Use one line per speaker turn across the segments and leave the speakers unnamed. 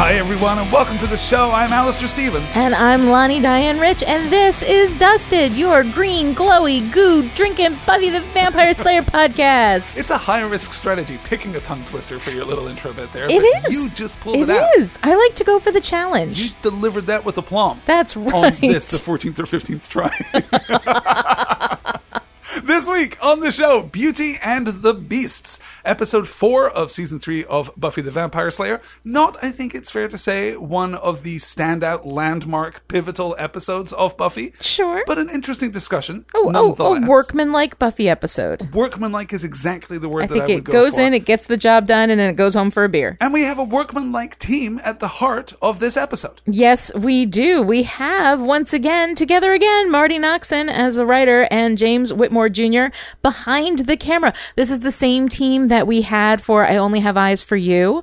and welcome to the show. I'm Alistair Stevens.
And I'm Lonnie Diane Rich, and this is Dusted, your green, glowy, goo drinking Buffy the Vampire Slayer podcast.
It's a high risk strategy, picking a tongue twister for your little intro bit there.
It
but
is.
You just pulled it,
It
out.
is. I like to go for the challenge.
You delivered that with aplomb.
That's
on
right.
this, the 14th or 15th try. this week on the show, Beauty and the Beasts, episode four of season three of Buffy the Vampire Slayer. Not, I think it's fair to say, one of the standout landmark pivotal episodes of Buffy.
Sure.
But an interesting discussion.
oh, oh,
nonetheless.
a workman-like Buffy episode.
Workmanlike is exactly the word
I
that
think
I would
it
go
goes
for.
in, it gets the job done, and then it goes home for a beer.
and we have a workmanlike team at the heart of this episode.
Yes, we do. We have once again together again Marty Noxon as a writer and James Whitmore Jr. behind the camera. This is the same team that we had for I Only Have Eyes for You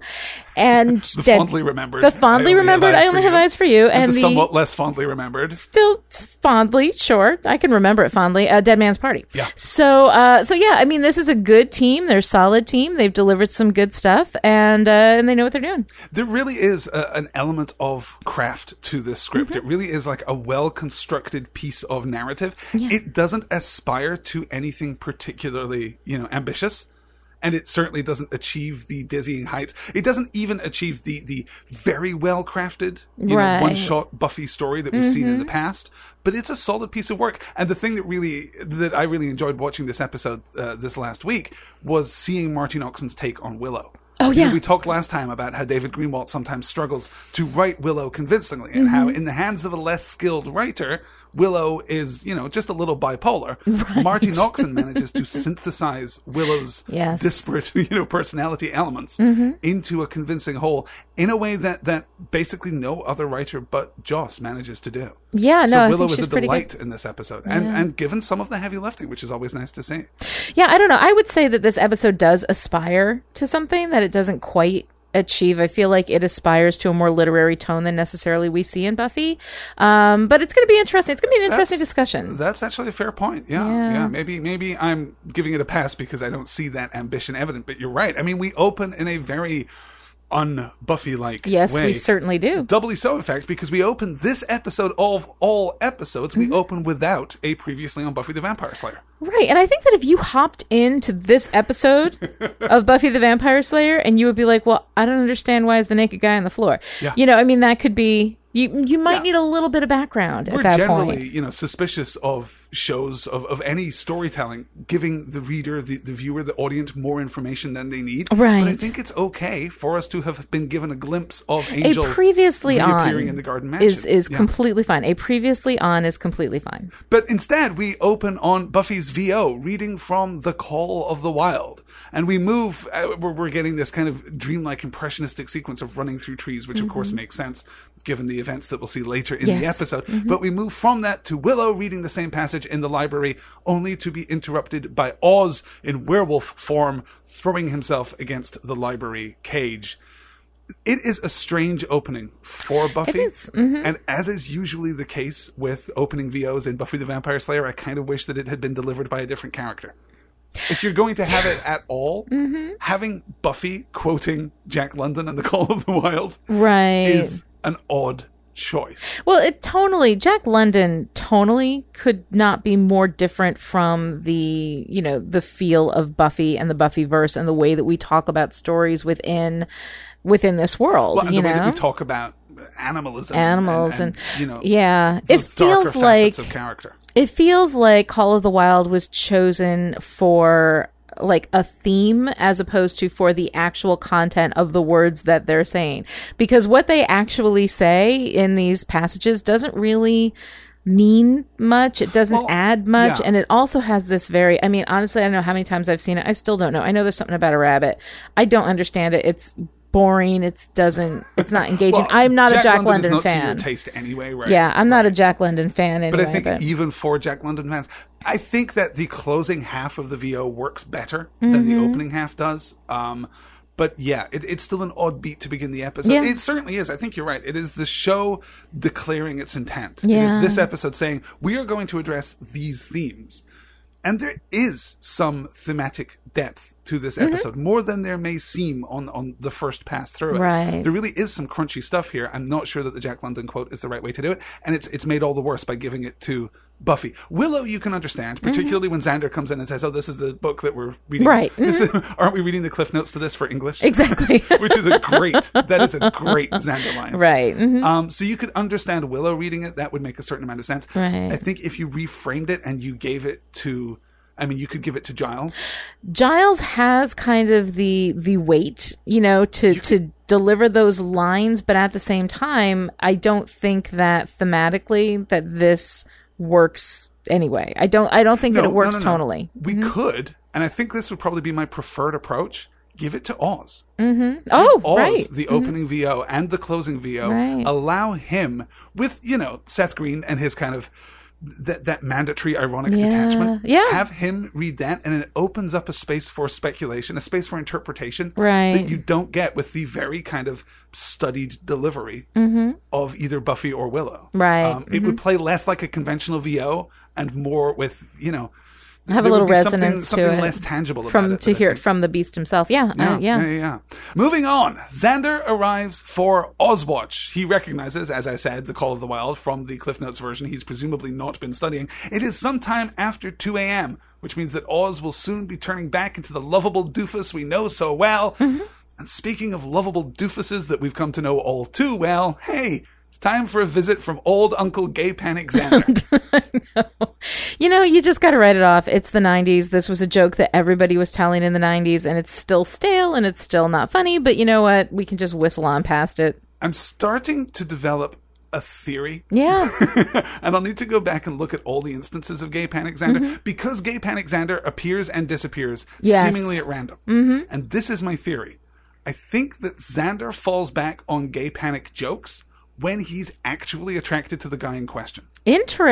and
The
Dead-
fondly remembered.
The
I only
fondly
have
remembered
eyes
I Only
for
Have Eyes for You and,
and the
the
somewhat less fondly remembered.
still fondly, sure. I can remember it fondly. Uh, Dead Man's Party.
Yeah.
So, uh, so yeah, I mean, this is a good team. They're a solid team. They've delivered some good stuff, and uh, and they know what they're doing.
There really is a, an element of craft to this script.
Mm-hmm.
It really is like a well constructed piece of narrative. It doesn't aspire to anything particularly, you know, ambitious. And it certainly doesn't achieve the dizzying heights. It doesn't even achieve the the very well crafted, you know,
Right.
one shot Buffy story that we've seen
Mm-hmm.
in the past. But it's a solid piece of work. And the thing that really that I really enjoyed watching this episode uh, this last week was seeing Martin Oxen's take on Willow.
Oh,
You know,
yeah.
we talked last time about how David Greenwald sometimes struggles to write Willow convincingly, and how
Mm-hmm.
in the hands of a less skilled writer, Willow is you know just a little bipolar. Marty Noxon manages to synthesize Willow's
Yes.
disparate you know personality elements
Mm-hmm.
into a convincing whole in a way that that basically no other writer but Joss manages to do.
Yeah,
so
no, I
Willow
think
is
she's
a
pretty good.
delight in this episode, and and given some of the heavy lifting, which is always nice to see.
Yeah, I don't know. I would say that this episode does aspire to something that it doesn't quite achieve. I feel like it aspires to a more literary tone than necessarily we see in Buffy. Um, but it's going to be interesting. It's going to be an interesting
That's-
discussion.
That's actually a fair point. Yeah, yeah.
Yeah.
Maybe maybe I'm giving it a pass because I don't see that ambition evident. But you're right. I mean, we open in a very un Buffy like
yes,
way.
we certainly do.
Doubly so, in fact, because we open this episode of all episodes,
Mm-hmm.
we open without a previously on Buffy the Vampire Slayer.
Right. And I think that if you hopped into this episode of Buffy the Vampire Slayer and you would be like, well, I don't understand why is the naked guy on the floor?
Yeah.
You know, I mean, that could be, you, you might
Yeah.
need a little bit of background
We're
at that
generally,
point.
you know, suspicious of shows of, of any storytelling giving the reader, the, the viewer, the audience more information than they need. But I
Right.
think it's okay for us to have been given a glimpse of
A
Angel
previously on
reappearing in the Garden Mansion
is, is
Yeah.
completely fine. A previously on is completely fine.
But instead, we open on Buffy's VO reading from The Call of the Wild. And we move, uh, we're, we're getting this kind of dreamlike impressionistic sequence of running through trees, which of course makes sense given the events that we'll see later in the
Yes.
episode. But we move from that to Willow reading the same passage in the library, only to be interrupted by Oz in werewolf form throwing himself against the library cage. It is a strange opening for Buffy.
is, mm-hmm.
And as is usually the case with opening VOs in Buffy the Vampire Slayer, I kind of wish that it had been delivered by a different character. If you're going to have it at all,
Mm-hmm.
having Buffy quoting Jack London and the Call of the Wild
Right.
is an odd choice.
Well, it tonally, Jack London tonally could not be more different from the, you know, the feel of Buffy and the Buffy verse and the way that we talk about stories within within this world,
Well, and
you
the way
know.
that we talk about animalism, and-
Animals and,
you know,
yeah, it
those darker
feels like
facets of character.
it feels like Call of the Wild was chosen for like a theme as opposed to for the actual content of the words that they're saying because what they actually say in these passages doesn't really mean much it doesn't
Well,
add much
yeah.
and it also has this very i mean honestly i don't know how many times i've seen it i still don't know i know there's something about a rabbit i don't understand it it's boring it's doesn't it's not engaging
Well,
i'm not a jack london,
is not to
fan
your taste anyway, right?
yeah i'm not a jack london fan anyway
But I think e- even for Jack London fans, I think that the closing half of the VO works better than
Mm-hmm.
the opening half does. Um, but yeah, it, it's still an odd beat to begin the episode.
Yeah.
It certainly is. I think you're right. It is the show declaring its intent. It
Yeah.
is this episode saying we are going to address these themes. And there is some thematic depth to this
Mm-hmm.
episode, more than there may seem on, on the first pass through it.
Right.
There really is some crunchy stuff here. I'm not sure that the Jack London quote is the right way to do it. And it's it's made all the worse by giving it to Buffy. Willow, you can understand,
Mm-hmm.
particularly when Xander comes in and says, Oh, this is the book that we're reading.
Right. Mm-hmm.
This is- aren't we reading the cliff notes to this for English?
Exactly.
Which is a great, that is a great Xander line.
right. Mhm.
Um, so you could understand Willow reading it. That would make a certain amount of sense.
Right.
I think if you reframed it and you gave it to, I mean, you could give it to Giles.
Giles has kind of the the weight, you know, to to deliver those lines, but at the same time, I don't think that thematically that this works anyway. I don't I don't think that it works tonally. Mm-hmm.
We could, and I think this would probably be my preferred approach. Give it to Oz.
Oh,
Oz,
right.
the opening VO and the closing VO,
Right.
allow him with you know Seth Green and his kind of that that mandatory ironic
Yeah.
detachment.
Yeah.
have him read that, and it opens up a space for speculation, a space for interpretation
Right.
that you don't get with the very kind of studied delivery of either Buffy or Willow. Um,
Mm-hmm. Right. Mm-hmm.
It would play less like a conventional VO and more with you know.
Have a
there would
little
be something-
resonance to
something,
it.
less tangible
From
about it
to
that I
hear
think-
it from the beast himself. Yeah.
yeah,
uh, yeah.
yeah, yeah. Moving on, Xander arrives for Ozwatch. He recognizes, as I said, the Call of the Wild from the Cliff Notes version. He's presumably not been studying. It is sometime after 2 a.m., which means that Oz will soon be turning back into the lovable doofus we know so well. And speaking of lovable doofuses that we've come to know all too well, hey, it's time for a visit from old Uncle Gay Panic Xander.
You know, you just got to write it off. It's the 90s. This was a joke that everybody was telling in the 90s and it's still stale and it's still not funny, but you know what? We can just whistle on past it.
I'm starting to develop a theory
Yeah.
and I'll need to go back and look at all the instances of Gay Panic Xander because Gay Panic Xander appears and disappears
Mm-hmm. Yes. Mm-hmm.
seemingly at random. And this is my theory. I think that Xander falls back on Gay Panic jokes when he's actually attracted to the guy in question.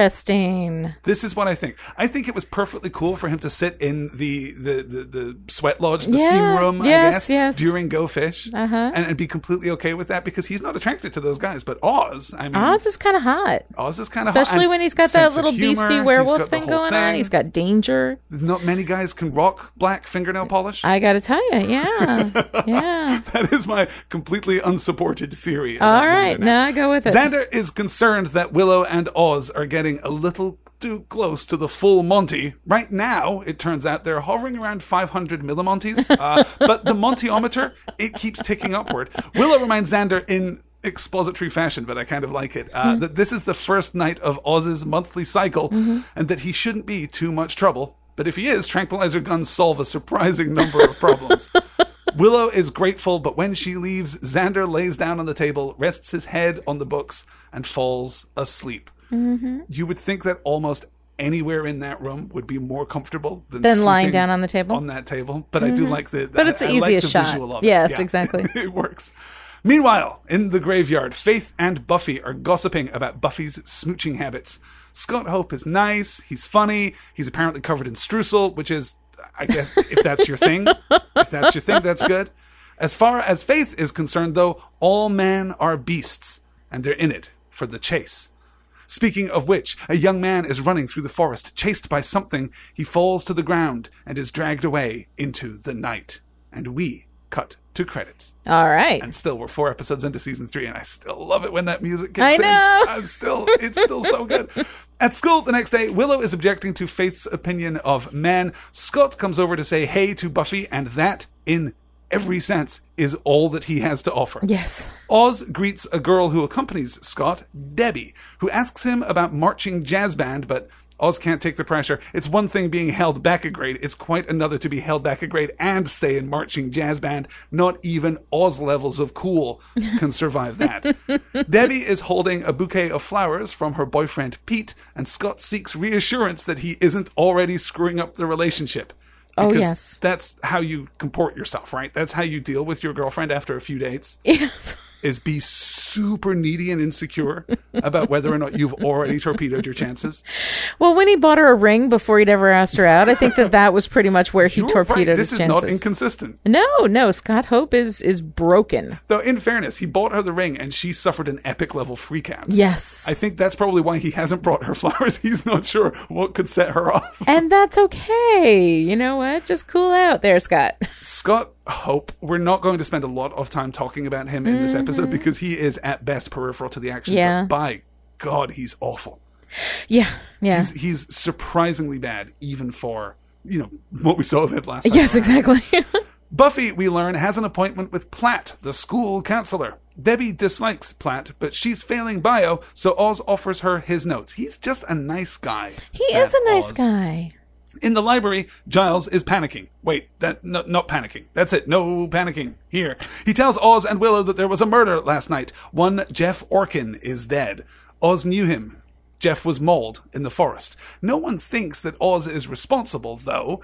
Interesting.
This is what I think. I think it was perfectly cool for him to sit in the the the, the sweat lodge, the
Yeah.
steam room, I
Yes,
guess,
yes. Uh-huh.
during Go Fish, and, and be completely okay with that because he's not attracted to those guys. But Oz, I mean,
Oz is kind of hot,
Oz Oh, is kind of
especially when he's got that little beastie werewolf thing going on. He's got danger.
not many guys can rock black fingernail polish.
I got to tell you, yeah, yeah.
that is my completely unsupported theory. about
All right,
Xander now.
now I go with it.
Xander is concerned that Willow and Oz are getting a little too close to the full Monty. Right now, it turns out they're hovering around 500 millimonties, uh, but the Montyometer, it keeps ticking upward. Willow reminds Xander in expository fashion, but I kind of like it, uh,
Hmm.
that this is the first night of Oz's monthly cycle
Mm-hmm.
and that he shouldn't be too much trouble. But if he is, tranquilizer guns solve a surprising number of problems. Willow is grateful, but when she leaves, Xander lays down on the table, rests his head on the books, and falls asleep.
Mm-hmm.
You would think that almost anywhere in that room would be more comfortable than,
Than lying
sleeping
down on the table? Mm-hmm.
On that table, but I do like the.
But it's
I,
the
I like
easiest shot.
visual of
Yes,
it.
exactly.
it works. Meanwhile, in the graveyard, Faith and Buffy are gossiping about Buffy's smooching habits. Scott Hope is nice. He's funny. He's apparently covered in streusel, which is, I guess, if that's your thing, if that's your thing, that's good. As far as Faith is concerned, though, all men are beasts, and they're in it for the chase. Speaking of which, a young man is running through the forest, chased by something. He falls to the ground and is dragged away into the night. And we cut to credits.
All right,
And still, we're four episodes into season three, and I still love it when that music
I
kicks
know.
in. I'm still, it's still so good. At school the next day, Willow is objecting to Faith's opinion of men. Scott comes over to say hey to Buffy, and that, in every sense, is all that he has to offer.
yes,
Oz greets a girl who accompanies Scott, Debbie, who asks him about marching jazz band, but Oz can't take the pressure. It's one thing being held back a grade, it's quite another to be held back a grade and stay in marching jazz band. Not even Oz levels of cool can survive that. Debbie is holding a bouquet of flowers from her boyfriend Pete, and Scott seeks reassurance that he isn't already screwing up the relationship.
Oh,
Because
yes.
That's how you comport yourself, right? That's how you deal with your girlfriend after a few dates
yes.
is be super needy and insecure about whether or not you've already torpedoed your chances.
Well, when he bought her a ring before he'd ever asked her out, I think that that was pretty much where he
You're right,
torpedoed
This
his
is
chances.
not inconsistent.
no, no, Scott Hope is is broken.
Though, in fairness, he bought her the ring and she suffered an epic level freak out.
Yes.
I think that's probably why he hasn't brought her flowers. He's not sure what could set her off.
and that's okay. You know what? Just cool out there, Scott.
Scott Hope, we're not going to spend a lot of time talking about him in this episode because he is at best peripheral to the action.
Mm-hmm. Yeah.
But by God, he's awful.
Yeah. Yeah.
He's, he's surprisingly bad, even for, you know, what we saw of him last time.
yes, exactly.
Buffy, we learn, has an appointment with Platt, the school counselor. Debbie dislikes Platt, but she's failing bio, so Oz offers her his notes. He's just a nice guy.
he is a nice
Oz.
guy.
In the library, Giles is panicking. Wait, that no, not panicking. That's it. No panicking. Here. He tells Oz and Willow that there was a murder last night. One Jeff Orkin is dead. Oz knew him. Jeff was mauled in the forest. No one thinks that Oz is responsible, though.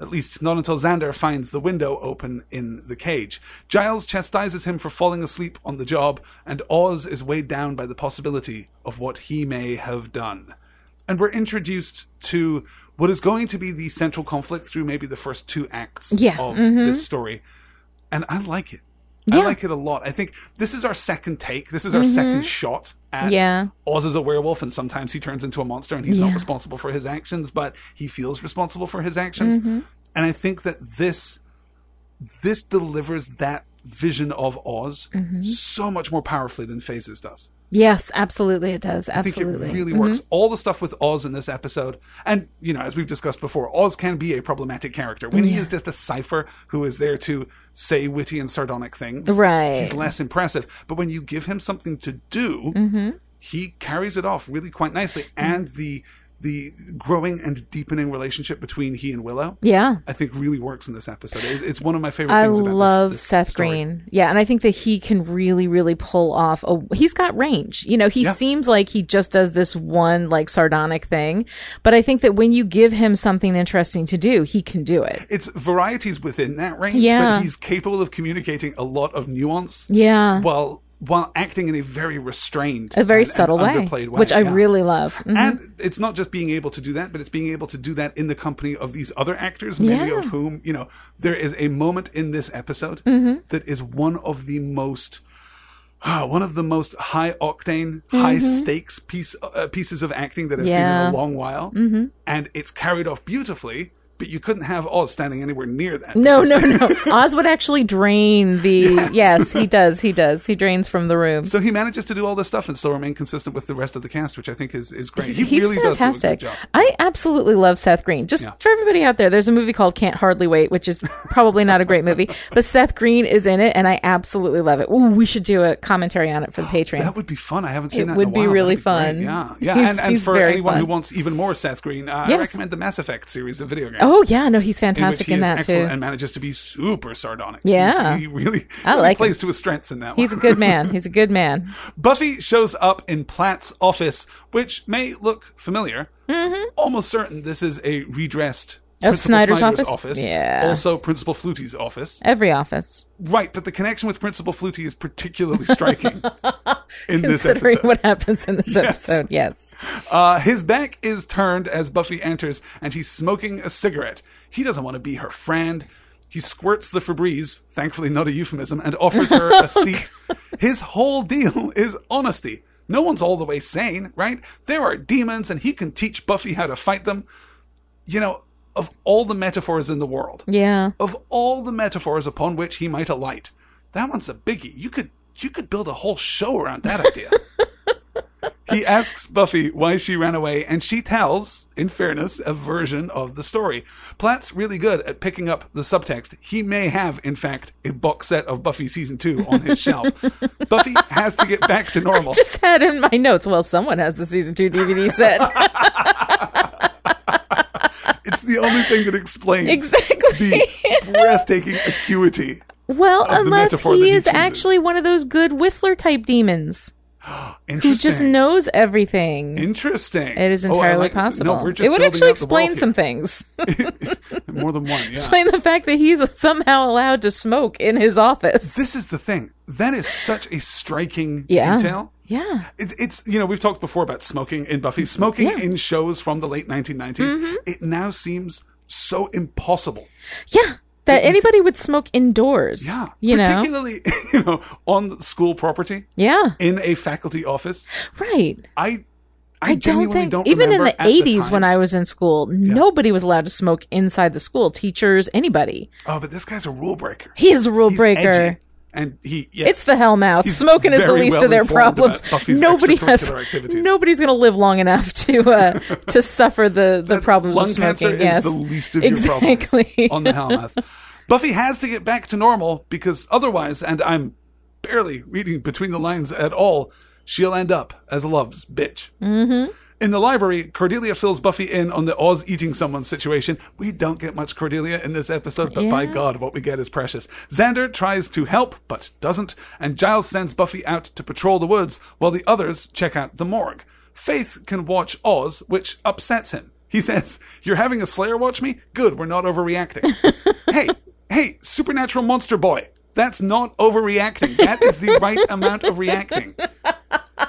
At least not until Xander finds the window open in the cage. Giles chastises him for falling asleep on the job, and Oz is weighed down by the possibility of what he may have done and we're introduced to what is going to be the central conflict through maybe the first two acts
Yeah, mm-hmm.
of this story. And I like it. I
Yeah. Mm-hmm.
like it a lot. I think this is our second take. This is our second shot at
Yeah.
Oz is a werewolf, and sometimes he turns into a monster and he's not
Yeah.
responsible for his actions, but he feels responsible for his actions.
Mm-hmm.
And I think that this this delivers that vision of Oz
Mm-hmm.
so much more powerfully than Phases does.
Yes, absolutely it does.
I think
Absolutely. Mm-hmm.
it really works. All the stuff with Oz in this episode, and you know, as we've discussed before, Oz can be a problematic character when he is just a cipher who is there to say witty and sardonic things.
Right.
he's less impressive. But when you give him something to do,
Mm-hmm.
he carries it off really quite nicely. And the the growing and deepening relationship between he and Willow,
yeah.
I think, really works in this episode. It- it's one of my favorite
I
things about this-
love
this
Seth
story.
Green. Yeah, and I think that he can really, really pull off. A, he's got range. You know, he
Yeah.
seems like he just does this one like sardonic thing, but I think that when you give him something interesting to do, he can do it.
It's varieties within that range,
Yeah.
but he's capable of communicating a lot of nuance.
Yeah,
while while acting in a very restrained,
a very
and- and
subtle way,
underplayed way,
which I
yeah.
really love. Mhm.
And it's not just being able to do that, but it's being able to do that in the company of these other actors, many
Yeah.
of whom, you know, there is a moment in this episode
Mm-hmm.
that is one of the most, ah, one of the most high octane, high stakes piece uh, pieces of acting that I've seen
Mm-hmm. Yeah. Mm-hmm.
in a long while, and it's carried off beautifully. But you couldn't have Oz standing anywhere near that.
No,
because-
no, no. Oz would actually drain the. Yes. he does. He does. He drains from the room.
So he manages to do all this stuff and still remain consistent with the rest of the cast, which I think is, is great. He
He's
really
fantastic.
does do a good job.
I absolutely love Seth Green. Just
Yeah.
for everybody out there, there's a movie called Can't Hardly Wait, which is probably not a great movie, but Seth Green is in it, and I absolutely love it. Ooh, we should do a commentary on it for the Patreon.
That would be fun. I haven't seen
It
that.
would
in a
be
while.
really
That'd be great. Yeah,
fun.
yeah.
He's-
and and
he's
for
very
anyone who
fun.
wants even more Seth Green, uh, I
Yes.
recommend the Mass Effect series of video games.
oh yeah, no, he's
in which
fantastic
he
in,
is
that
excellent
too.
and manages to be super sardonic.
Yeah.
He's- he really,
I
really
like
plays to his strengths in that one.
He's a good man. He's a good man.
Buffy shows up in Platt's office, which may look familiar. Almost certain this is a redressed
Mm-hmm. Of
Principal
Snyder's office?
office.
Yeah.
Also, Principal Flutie's office.
Every office,
Right, but the connection with Principal Flutie is particularly striking in this
considering
episode.
what happens in this episode. Yes.
Uh, his back is turned as Buffy enters, and he's smoking a cigarette. He doesn't want to be her friend. He squirts the Febreze, thankfully not a euphemism, and offers her a seat. His whole deal is honesty. No one's all the way sane, right? There are demons, and he can teach Buffy how to fight them. You know, of all the metaphors in the world,
Yeah.
of all the metaphors upon which he might alight, that one's a biggie. You could you could build a whole show around that idea. he asks Buffy why she ran away, and she tells, in fairness, a version of the story. Platt's really good at picking up the subtext. He may have, in fact, a box set of Buffy season two on his shelf. Buffy has to get back to normal.
Just had in my notes. Well, someone has the season two DVD set.
It's the only thing that explains
Exactly.
the breathtaking acuity
Well,
the
unless
metaphor that he
he is
chooses.
actually one of those good whistler type demons. who
Interesting.
just knows everything.
Interesting.
it is
Oh, I
entirely
like-
possible.
No, we're just
it would
building
actually
up the world
explain some things.
here. more than one. Yeah.
explain the fact that he's somehow allowed to smoke in his office.
This is the thing. That is such a striking
yeah.
detail.
Yeah.
It, it's you know we've talked before about smoking in Buffy,
Mm-hmm.
smoking in shows from the late 1990s. It now seems so impossible.
Yeah. That anybody would smoke indoors.
Yeah,
You know?
particularly you know on school property
Yeah.
in a faculty office.
Right.
I I,
I don't
genuinely
think
don't
even in
remember
the
at
eighties
time-
when I was in school, nobody was allowed to smoke inside the school. Teachers, anybody.
oh but this guy's a rule breaker.
He is a rule
He's
breaker.
edgy. and he yes.
It's the hell mouth.
He's
Smoking is the
very
least
well
of their
informed about
problems.
Buffy's
Nobody has
extracurricular activities.
nobody's going to live long enough to uh, to suffer the the problems
lung
of smoking.
cancer is
yes,
the least of your
exactly.
problems on the Hellmouth. Buffy has to get back to normal because otherwise, and I'm barely reading between the lines at all, she'll end up as Love's bitch. Mm-hmm. In the library, Cordelia fills Buffy in on the Oz eating someone situation. We don't get much Cordelia in this episode, but by
Yeah.
God, what we get is precious. Xander tries to help, but doesn't, and Giles sends Buffy out to patrol the woods while the others check out the morgue. Faith can watch Oz, which upsets him. He says, You're having a Slayer watch me? Good, we're not overreacting. hey, hey, supernatural monster boy. That's not overreacting. That is the right amount of reacting.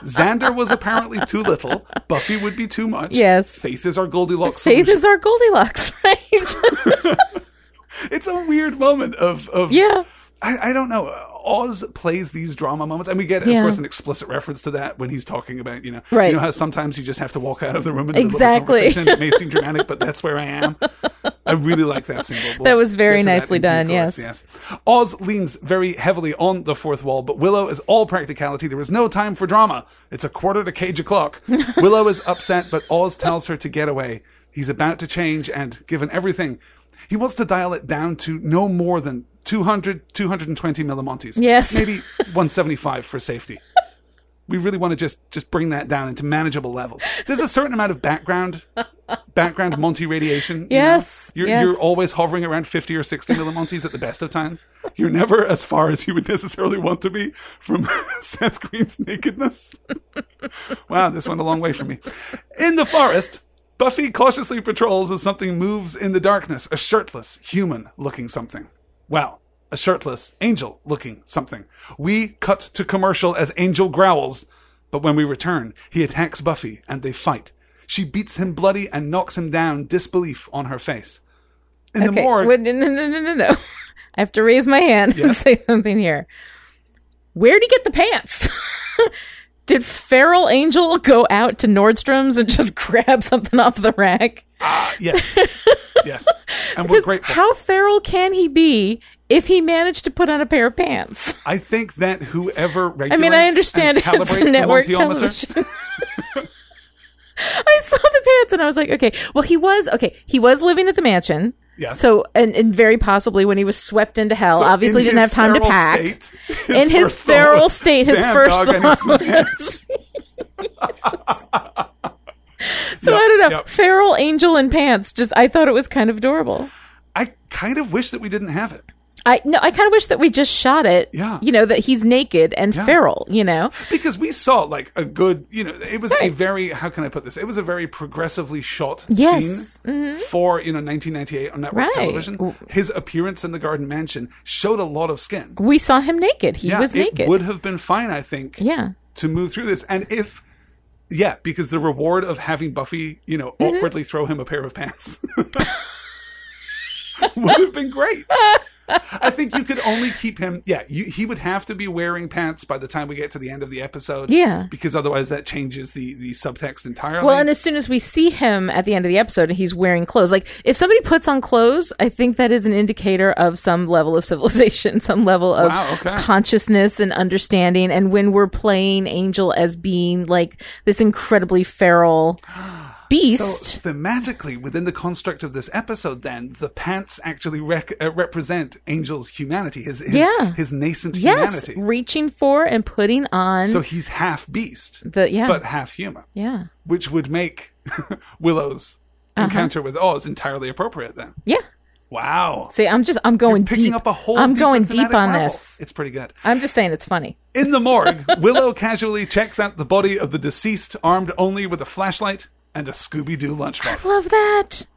Xander was apparently too little. Buffy would be too much.
Yes.
Faith is our Goldilocks.
Faith
solution.
is our Goldilocks, right?
It's a weird moment of. of
yeah.
I, I don't know. Oz plays these drama moments, and we get, of
Yeah.
course, an explicit reference to that when he's talking about, you know,
Right.
you know how sometimes you just have to walk out of the room in the
Exactly.
middle of a conversation. It may seem dramatic, but that's where I am. I really like that scene. We'll-
That was very
get to that
nicely
in due
done,
course,
yes.
yes. Oz leans very heavily on the fourth wall, but Willow is all practicality. There is no time for drama. It's a quarter to cage o'clock. Willow is upset, but Oz tells her to get away. He's about to change, and given everything, he wants to dial it down to no more than 200, 220 millimontes.
Yes.
Maybe 175 for safety. We really want to just just bring that down into manageable levels. There's a certain amount of background background Monty radiation. you know?
Yes,
You're,
yes.
you're always hovering around 50 or 60 millimontes at the best of times. You're never as far as you would necessarily want to be from Seth Green's nakedness. wow, this went a long way for me. In the forest, Buffy cautiously patrols as something moves in the darkness a shirtless, human looking something. Well, a shirtless, angel looking something. We cut to commercial as Angel growls, but when we return, he attacks Buffy and they fight. She beats him bloody and knocks him down, disbelief on her face. In the
Okay.
morgue,
Wait, no, no, no, no, no, no. I have to raise my hand and
Yes.
say something here. Where'd he get the pants? Did Feral Angel go out to Nordstrom's and just grab something off the rack?
ah, yes, yes, and we're
Because
grateful.
how feral can he be if he managed to put on a pair of pants?
I think that whoever regulates
I mean, I
and
understand it's
calibrates
a network
the multiometer,
television. I saw the pants and I was like, okay, well, he was okay. He was living at the mansion.
Yes.
So, and, and very possibly when he was swept into hell,
So
obviously
in
didn't
his
have time to
feral
pack.
state,
in his
first thought
feral
was,
state, his
"Damn,
first
dog, I need
thought
some
was-
pants."
So
Yep,
I don't know.
yep.
Feral angel in pants. Just I thought it was kind of adorable.
I kind of wish that we didn't have it
I no, I kind of wish that we just shot it.
Yeah.
You know that he's naked and feral. You know.
because we saw like a good, you know, it was a very how can I put this? It was a very progressively shot
Yes,
scene
Mm-hmm.
for you know 1998 on network
Right.
television. His appearance in the Garden Mansion showed a lot of skin.
We saw him naked. He was
it
naked.
would have been fine, I think.
Yeah.
to move through this. And if, yeah, because the reward of having Buffy, you know,
Mm-hmm.
awkwardly throw him a pair of pants would have been great. I think you could only keep him. Yeah, you, he would have to be wearing pants by the time we get to the end of the episode.
Yeah.
because otherwise that changes the the subtext entirely.
Well, and as soon as we see him at the end of the episode and he's wearing clothes, like if somebody puts on clothes, I think that is an indicator of some level of civilization, some level of
Wow, okay.
consciousness and understanding. And when we're playing Angel as being like this incredibly feral beast,
So thematically, within the construct of this episode, then the pants actually rec- uh, represent Angel's humanity, his his,
Yeah.
his nascent
yes,
humanity.
reaching for and putting on
So he's half beast,
Mm. the yeah,
but half human.
yeah, Uh-huh.
which would make Willow's encounter with Oz entirely appropriate then.
yeah.
Wow.
See, I'm just I'm going
Picking
deep.
up a whole
I'm
deep
going
and
deep
thematic
on
marvel.
this.
It's pretty good.
I'm just saying it's funny.
In the morgue, Willow casually checks out the body of the deceased, armed only with a flashlight and a Scooby Doo lunchbox.
Love that.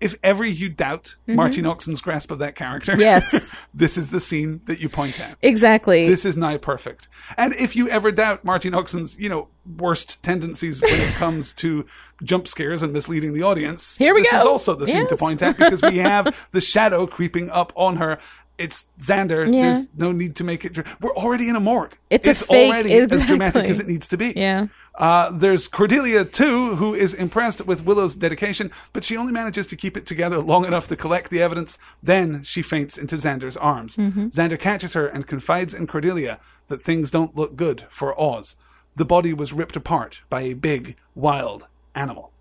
if ever you doubt Martin Oxen's grasp of that character,
Yes.
this is the scene that you point at.
Exactly.
This is nigh perfect. And if you ever doubt Martin Oxen's, you know, worst tendencies when it comes to jump scares and misleading the audience,
Here we
this
go.
is also the scene to
Yes.
point at because we have the shadow creeping up on her. It's Xander.
Yeah.
There's no need to make it. dr- We're already in a morgue.
It's a fake-
already as dramatic
exactly.
as it needs to be.
Yeah.
Uh, there's Cordelia too, who is impressed with Willow's dedication, but she only manages to keep it together long enough to collect the evidence. Then she faints into Xander's arms. Xander catches her and confides in Cordelia that things don't look good for Oz. The body was ripped apart by a big, wild animal.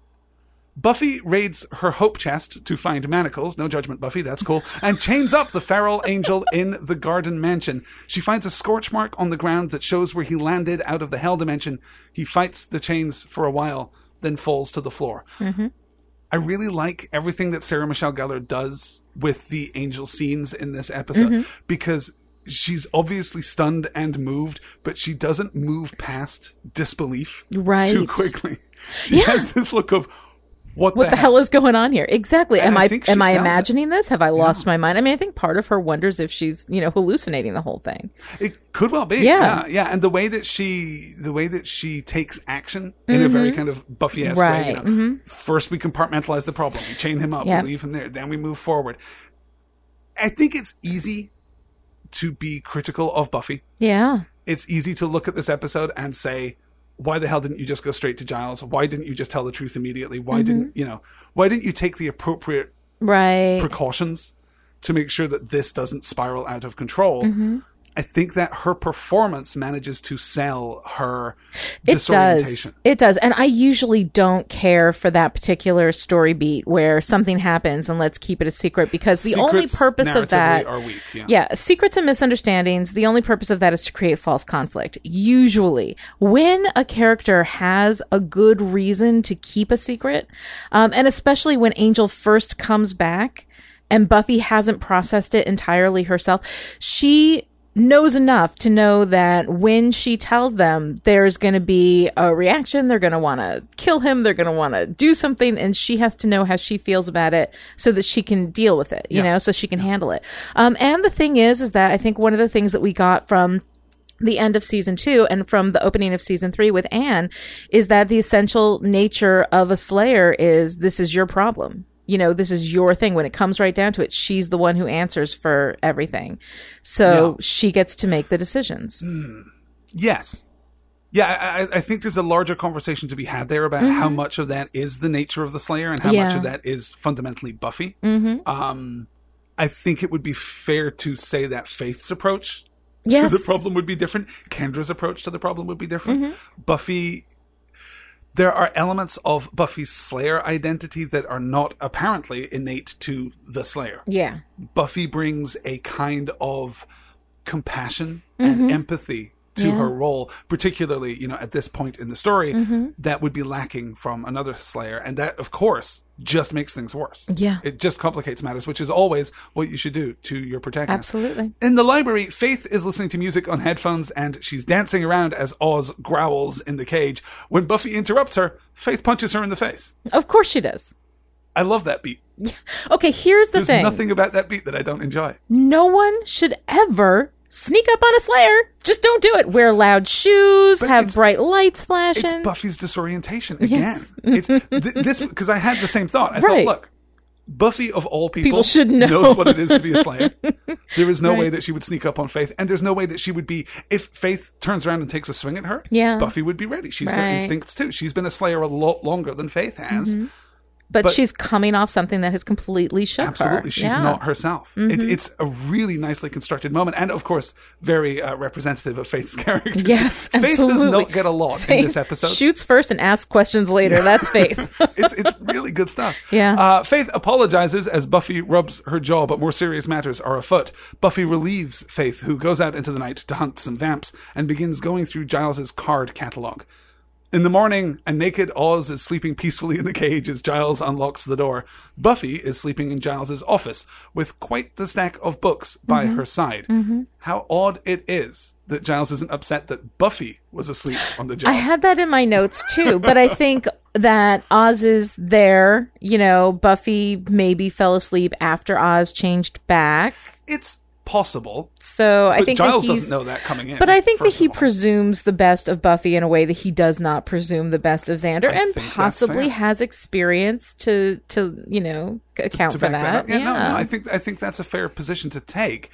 Buffy raids her hope chest to find manacles. No judgment, Buffy. That's cool. And chains up the feral angel in the garden mansion. She finds a scorch mark on the ground that shows where he landed out of the hell dimension. He fights the chains for a while, then falls to the floor. I really like everything that Sarah Michelle Gellar does with the angel scenes in this episode because she's obviously stunned and moved, but she doesn't move past disbelief
Right.
too quickly. She has this look of what,
what the hell is going on here? Exactly. Am
I
I,
think she
am I
sounds it.
imagining this? Have I lost my mind? I mean, I think part of her wonders if she's, you know, hallucinating the whole thing.
It could well be.
Yeah.
yeah, yeah. And the way that she, the way that she takes action in a very kind of Buffy-esque way. You know,
Mm-hmm. Right. Mm-hmm.
First, we compartmentalize the problem. We chain him up.
Yeah.
We leave him there. Then we move forward. I think it's easy to be critical of Buffy.
Yeah.
It's easy to look at this episode and say, "Why the hell didn't you just go straight to Giles? Why didn't you just tell the truth immediately? Why
Mm-hmm.
didn't you know? Why didn't you take the appropriate
Right.
precautions to make sure that this doesn't spiral out of control.
Mm-hmm.
I think that her performance manages to sell her
it
disorientation.
does. It does. And I usually don't care for that particular story beat where something happens and let's keep it a secret because the only
Secrets
purpose of that
narratively are weak. Yeah.
Yeah, secrets and misunderstandings, the only purpose of that is to create false conflict. Usually, when a character has a good reason to keep a secret, um, and especially when Angel first comes back and Buffy hasn't processed it entirely herself, she knows enough to know that when she tells them there's going to be a reaction they're going to want to kill him they're going to want to do something and she has to know how she feels about it so that she can deal with it you
Yeah.
know so she can handle it um, and the thing is is that i think one of the things that we got from the end of season two and from the opening of season three with Anne is that the essential nature of a slayer is this is your problem. You know, this is your thing. When it comes right down to it, she's the one who answers for everything. So
Yeah. Mm.
she gets to make the decisions.
Yes. Yeah, I, I- I think there's a larger conversation to be had there about how much of that is the nature of the Slayer and how much
Mm-hmm. Yeah. Mm-hmm.
of that is fundamentally Buffy. Um, I think it would be fair to say that Faith's approach
Yes. Mm-hmm.
to the problem would be different. Kendra's approach to the problem would be different. Buffy, there are elements of Buffy's Slayer identity that are not apparently innate to the Slayer.
Yeah.
Buffy brings a kind of compassion
Mm-hmm.
and empathy to her role, particularly, you know, at this point in the story,
Mm-hmm.
that would be lacking from another Slayer. And that, of course, just makes things worse.
Yeah.
It just complicates matters, which is always what you should do to your protagonist.
Absolutely.
In the library, Faith is listening to music on headphones and she's dancing around as Oz growls in the cage. When Buffy interrupts her, Faith punches her in the face.
Of course she does.
I love that beat.
Okay, here's the
There's
thing.
nothing about that beat that I don't enjoy.
no one should ever sneak up on a slayer. Just don't do it. Wear loud shoes, have
it's-
bright lights flashing.
It's Buffy's disorientation again.
Yes.
it's th- this because I had the same thought. I
Right.
thought, look, Buffy of all people,
People should know.
knows what it is to be a Slayer. there is no way that she would sneak up on Faith, and there's no way that she would be if Faith turns around and takes a swing at her.
Yeah.
Buffy would be ready. She's got
Right.
instincts too. She's been a Slayer a lot longer than Faith has.
but,
But-
she's coming off something that has completely shook her.
Absolutely, she's
Yeah. Mm-hmm.
not herself. It, it's a really nicely constructed moment, and of course, very uh, representative of Faith's character.
Yes,
Faith
absolutely.
does not get a lot in this episode.
Shoots first and asks questions later. That's faith.
it's it's really good stuff.
Yeah.
Uh, Faith apologizes as Buffy rubs her jaw, but more serious matters are afoot. Buffy relieves Faith, who goes out into the night to hunt some vamps, and begins going through Giles's card catalog. In the morning, a naked Oz is sleeping peacefully in the cage as Giles unlocks the door. Buffy is sleeping in Giles's office with quite the stack of books by
Mm-hmm.
her side. How odd it is that Giles isn't upset that Buffy was asleep on the job.
I had that in my notes too, but I think that Oz is there. You know, Buffy maybe fell asleep after Oz changed back.
it's possible.
So I
But
think that
Giles
he's-
doesn't know that coming in.
But I think that
first
he
of all.
presumes the best of Buffy in a way that he does not presume the best of Xander, and
think that's
possibly
fair.
has experience to to you know c- account
to
for
back that, up. Yeah, no, no. I think I think that's a fair position to take.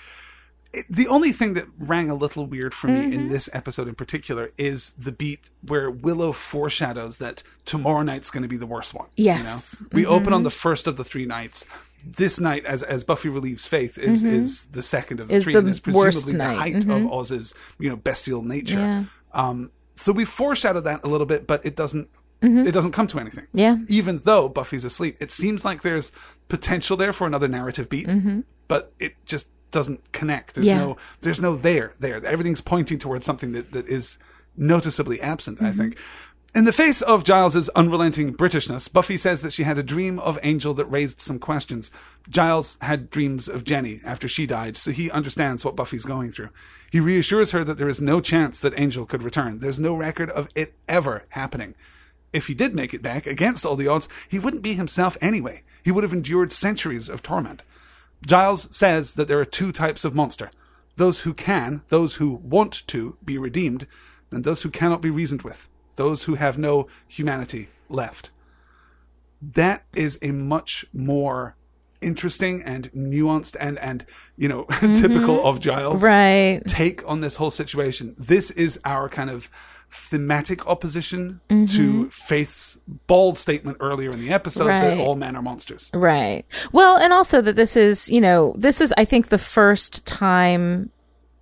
It, the only thing that rang a little weird for me
Mm-hmm.
in this episode in particular is the beat where Willow foreshadows that tomorrow night's going to be the worst one. you know?
Yes. Mm-hmm.
we open on the first of the three nights. This night, as as Buffy relieves Faith, is is the second of the
Mm-hmm. Is
three,
the
and is
worst
presumably the
night. Mm-hmm.
height of Oz's you know bestial nature.
Yeah.
Um, so we foreshadowed that a little bit, but it doesn't it doesn't come to anything.
Yeah.
Even though Buffy's asleep, it seems like there's potential there for another narrative beat, but it just doesn't connect. There's
Yeah.
no there's no there there. Everything's pointing towards something that, that is noticeably absent, I think. In the face of Giles's unrelenting Britishness, Buffy says that she had a dream of Angel that raised some questions. Giles had dreams of Jenny after she died, so he understands what Buffy's going through. He reassures her that there is no chance that Angel could return. There's no record of it ever happening if he did make it back against all the odds, he wouldn't be himself anyway. He would have endured centuries of torment. Giles says that there are two types of monster those who can, those who want to be redeemed, and those who cannot be reasoned with, those who have no humanity left. That is a much more interesting and nuanced and, and you know, typical of Giles
Mm-hmm. right.
take on this whole situation. This is our kind of thematic opposition to Faith's bold statement earlier in the episode that
Mm-hmm. Right.
all men are monsters.
Right. Well, and also that this is, you know, this is I think the first time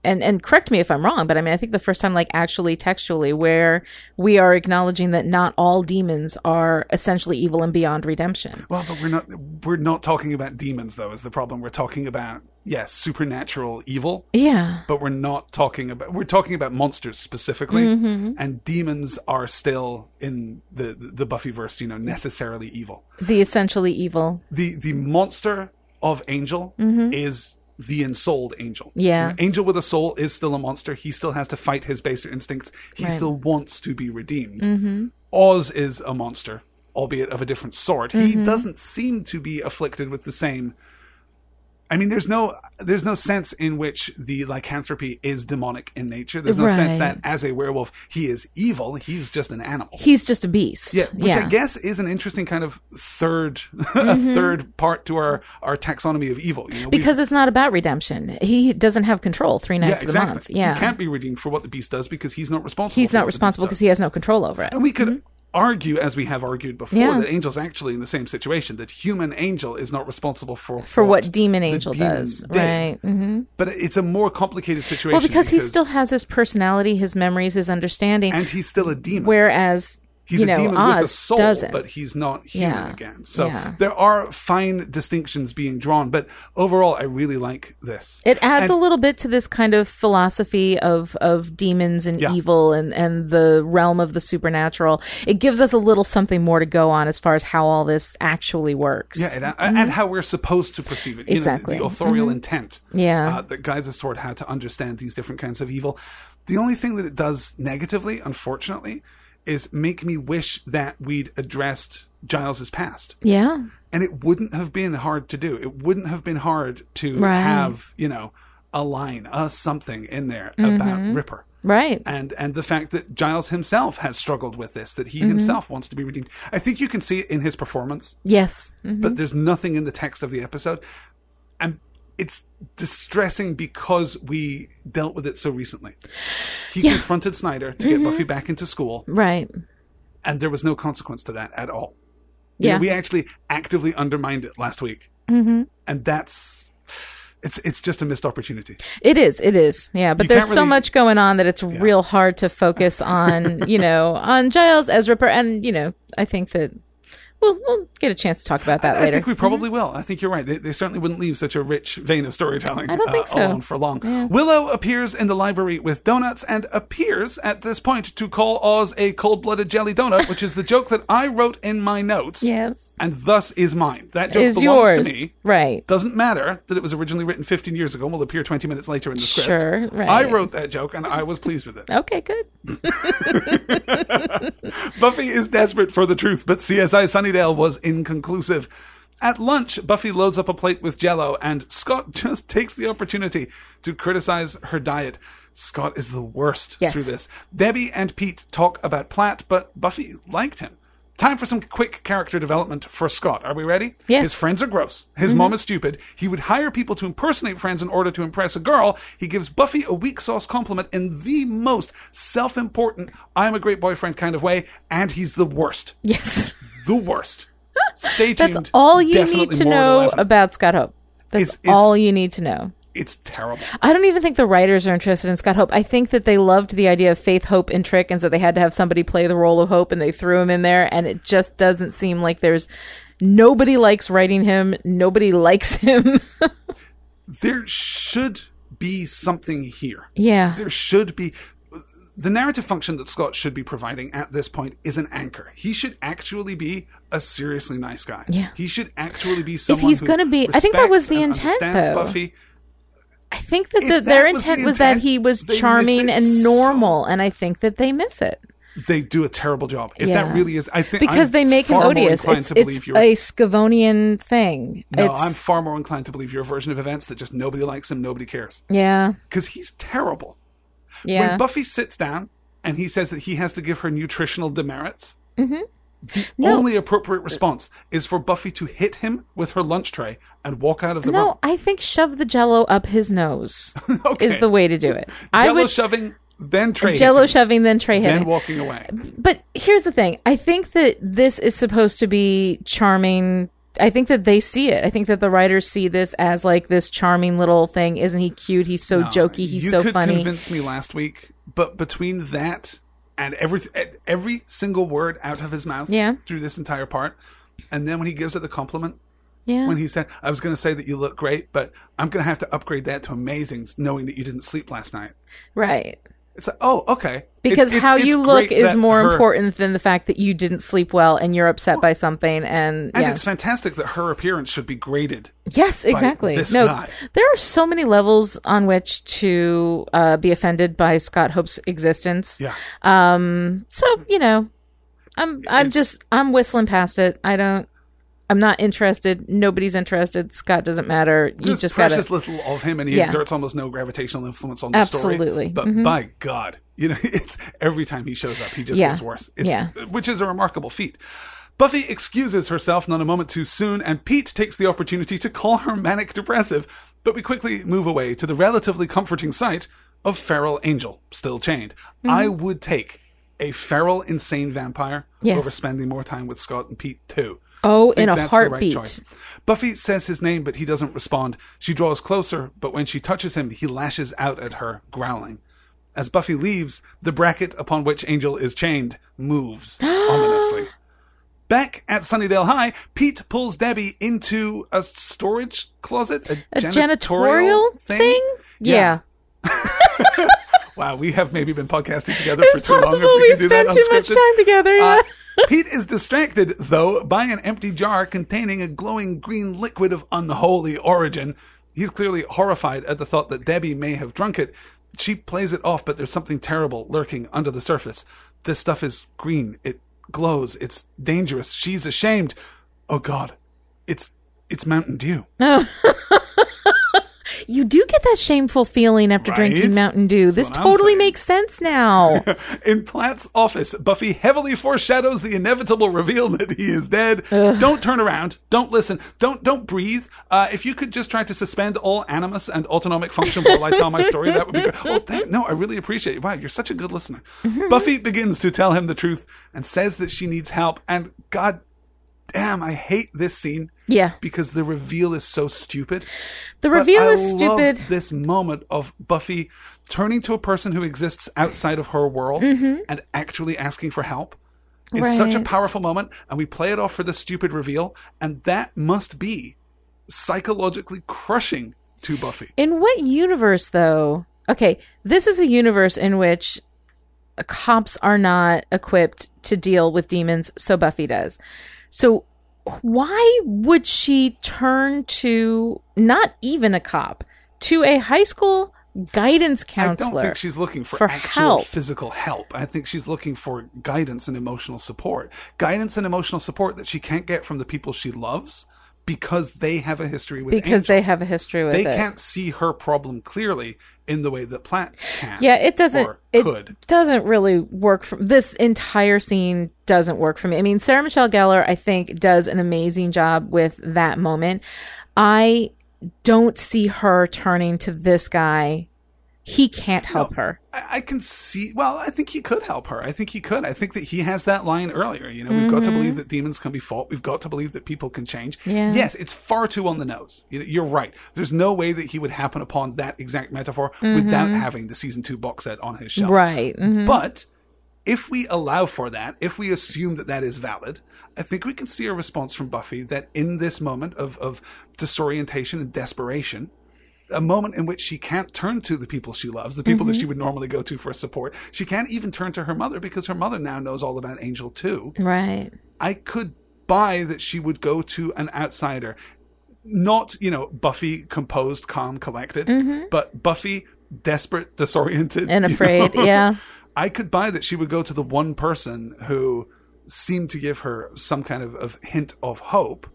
and and correct me if I'm wrong, but I mean I think the first time like actually textually where we are acknowledging that not all demons are essentially evil and beyond redemption.
Well, but we're not we're not talking about demons though is the problem. We're talking about yes, supernatural evil,
Yeah.
but we're not talking about we're talking about monsters specifically and demons are still in the the Buffyverse, you know, necessarily evil.
The essentially evil.
the the monster of angel is the ensouled angel.
Mm-hmm. Yeah.
An angel with a soul is still a monster. He still has to fight his baser instincts. He
Right. Mm-hmm.
still wants to be redeemed. Oz is a monster, albeit of a different sort.
Mm-hmm.
He doesn't seem to be afflicted with the same I mean there's no there's no sense in which the lycanthropy is demonic in nature. There's no sense
Right.
that as a werewolf he is evil. He's just an animal.
He's just a beast.
Yeah, which I guess is an interesting kind of third, a third part to our our taxonomy of evil. You know, we-
Mm-hmm. because it's not about redemption. He doesn't have control three
yeah,
nights
exactly.
of the month. Yeah.
he can't be redeemed for what the beast does because he's not responsible.
He's
for
not
what the beast
responsible
does.
because he has no control over it.
And we could argue, as we have argued before,
Yeah.
that angels actually in the same situation. That human angel is not responsible for
For what demon angel
demon
does.
did.
Right. Mm-hmm.
But it's a more complicated situation.
Well, because, he still has his personality, his memories, his understanding,
and he's still a demon.
whereas
He's
you
a
know
demon
Oz
with a soul,
doesn't.
but he's not human
Yeah.
again. So
Yeah.
there are fine distinctions being drawn, but overall, I really like this.
it adds a little bit to this kind of philosophy of of demons and
Yeah.
evil and and the realm of the supernatural. It gives us a little something more to go on as far as how all this actually works.
Yeah, and, uh, and how we're supposed to perceive it. You
Mm-hmm. Exactly. Mm-hmm.
Know, the- the authorial intent
Yeah.
uh, that guides us toward how to understand these different kinds of evil. The only thing that it does negatively, unfortunately, is make me wish that we'd addressed Giles's past.
yeah.
And it wouldn't have been hard to do. It wouldn't have been hard to
Right.
have, you know, a line, a something in there about Ripper
Right.
and and the fact that Giles himself has struggled with this, that he himself wants to be redeemed. I think you can see it in his performance,
yes.
but there's nothing in the text of the episode, and it's distressing because we dealt with it so recently. He confronted Snyder to get Buffy back into school,
Right.
and there was no consequence to that at all. You know,
Yeah. Mm-hmm.
we actually actively undermined it last week, and that's it's it's just a missed opportunity.
It is. It is. Yeah. But
You
there's
can't
so
really-
much going on that it's real hard to focus on, you know, on Giles as Ripper. And, you know, I think that we'll, we'll get a chance to talk about that
I,
later. Mm-hmm.
I think we probably will. I think you're right. They, they certainly wouldn't leave such a rich vein of storytelling uh,
I don't think so.
alone for long. Willow appears in the library with donuts and appears at this point to call Oz a cold blooded jelly donut, which is the joke that I wrote in my notes.
Yes.
And thus is mine. That joke
Is
belongs
yours
to me.
right?
Doesn't matter that it was originally written 15 years ago and will appear 20 minutes later in the script.
Sure, right.
I wrote that joke and I was pleased with it.
Okay, good.
Buffy is desperate for the truth, but CSI Sunnydale was inconclusive. At lunch, Buffy loads up a plate with jello, and Scott just takes the opportunity to criticize her diet. Scott is the worst
Yes.
through this. Debbie and Pete talk about Platt, but Buffy liked him. Time for some quick character development for Scott. Are we ready?
Yes. Mm-hmm.
His friends are gross. His mom is stupid. He would hire people to impersonate friends in order to impress a girl. He gives Buffy a weak sauce compliment in the most self important, I'm a great boyfriend kind of way, and he's the worst.
Yes,
The worst. Stay tuned.
that's all you
Definitely
need to
more than
know
11.
about Scott Hope. That's
It's- it's-
all you need to know.
It's terrible.
I don't even think the writers are interested in Scott Hope. I think that they loved the idea of faith, hope, and trick, and so they had to have somebody play the role of Hope, and they threw him in there. And it just doesn't seem like there's nobody likes writing him. Nobody likes him.
There should be something here.
yeah,
there should be the narrative function that Scott should be providing at this point is an anchor. He should actually be a seriously nice guy.
Yeah.
He should actually be someone
he's
who
gonna be- I think that
respects
was the
and
intent,
understands
though.
Buffy.
I think that,
If
the,
that
their
was the
intent was that
intent,
he was
they miss
charming
it
and normal, and I think that they miss it.
They do a terrible job. If
Yeah.
that really is, I think
because
I'm
they make him
far more
odious.
inclined
It's,
to
it's
believe your-
a Scavonian thing.
no,
it's,
I'm far more inclined to believe your version of events that just nobody likes him, nobody cares
yeah,
because he's terrible.
yeah.
When Buffy sits down and he says that he has to give her nutritional demerits, the
Mm-hmm. No.
only appropriate response is for Buffy to hit him with her lunch tray and walk out of the
no, I think shove the Jello up his nose is
Okay.
the way to do it.
room.
I
Jello
would
shoving, then tray
Jello
hitting,
shoving, then tray hitting.
then walking away.
but here's the thing i think that this is supposed to be charming i think that they see it i think that the writers see this as like this charming little thing isn't he cute he's so jokey he's
you
so
could
funny
convince me last week, but between that and every every single word out of his mouth
Yeah.
through this entire part, and then when he gives it the compliment,
yeah
when he said, "I was going to say that you look great, but I'm going to have to upgrade that to amazing, knowing that you didn't sleep last night."
right
It's like, oh, okay.
because
It's- it's-
how
it's
you look
great
is
that
more
her-
important than the fact that you didn't sleep well and you're upset by something and,
And
yeah.
it's fantastic that her appearance should be graded.
Yes, exactly.
this
no,
guy.
there are so many levels on which to uh, be offended by Scott Hope's existence.
Yeah.
Um. So you know, I'm I'm
It's-
just I'm whistling past it. I don't. I'm not interested. Nobody's interested. Scott doesn't matter. You
There's
just gotta.
precious little of him, and he
Yeah.
exerts almost no gravitational influence on the story.
Absolutely. Mm-hmm.
But by God, you know, it's every time he shows up, he just
Yeah.
gets worse. It's,
Yeah.
Which is a remarkable feat. Buffy excuses herself not a moment too soon, and Pete takes the opportunity to call her manic depressive. But we quickly move away to the relatively comforting sight of Feral Angel, still chained.
Mm-hmm.
I would take a feral, insane vampire
Yes.
over spending more time with Scott and Pete, too
oh, in
think
a
that's the right
heartbeat.
choice. Buffy says his name, but he doesn't respond. She draws closer, but when she touches him, he lashes out at her, growling. As Buffy leaves, the bracket upon which Angel is chained moves ominously. Back at Sunnydale High, Pete pulls Debbie into a storage closet, a,
A janitorial thing. Yeah.
Wow, we have maybe been podcasting together
It's
for too long. if
possible
we
we
can do that
spent too much
unscripted.
time together. Yeah.
Uh, Pete is distracted, though, by an empty jar containing a glowing green liquid of unholy origin. He's clearly horrified at the thought that Debbie may have drunk it. She plays it off, but there's something terrible lurking under the surface. This stuff is green. It glows. It's dangerous. She's ashamed. Oh God, it's it's Mountain Dew.
you do get that shameful feeling after
Right?
drinking Mountain Dew. this
what I'm
totally
saying.
makes sense now.
In Platt's office, Buffy heavily foreshadows the inevitable reveal that he is dead. Don't turn around. Don't listen. Don't don't breathe. Uh, if you could just try to suspend all animus and autonomic function while I tell my story, that would be good. Oh, thank, no, I really appreciate it. Wow, you're such a good listener. Buffy begins to tell him the truth and says that she needs help. And God damn, I hate this scene.
Yeah.
Because the reveal is so stupid. But
The reveal
I
is
loved
stupid.
this moment of Buffy turning to a person who exists outside of her world and actually asking for help. It's such a
Mm-hmm. Right.
powerful moment, and we play it off for the stupid reveal, and that must be psychologically crushing to Buffy.
In what universe, though? Okay, this is a universe in which cops are not equipped to deal with demons, so Buffy does. So, why would she turn to not even a cop, to a high school guidance
I
counselor?
don't think she's looking for,
for
actual
help.
physical help. I think she's looking for guidance and emotional support. Guidance and emotional support that she can't get from the people she loves because they have a history with
because
Angel.
they have a history with
They
it.
can't see her problem clearly in the way that Platt can.
Yeah, it doesn't.
Or
it
could.
doesn't really work. For this entire scene doesn't work for me. I mean, Sarah Michelle Gellar, I think, does an amazing job with that moment. I don't see her turning to this guy. He can't help her.
I, I can see. Well, I think he could help her. I think he could. I think that he has that line earlier. You know, we've got to believe that demons can be fought. We've got to believe that people can change.
Mm-hmm. Yeah.
Yes, it's far too on the nose. You know, you're right. There's no way that he would happen upon that exact metaphor
Mm-hmm.
without having the season two box set on his shelf.
Right. mhm.
But if we allow for that, if we assume that that is valid, I think we can see a response from Buffy that in this moment of, of disorientation and desperation, a moment in which she can't turn to the people she loves, the people that she would normally go to for support. She can't even turn to her mother because her mother now knows all about Angel too.
Right.
I could buy that she would go to an outsider. Not, you know, Buffy composed, calm, collected, but Buffy desperate, disoriented,
And
you know?
afraid. yeah.
I could buy that she would go to the one person who seemed to give her some kind of, of hint of hope,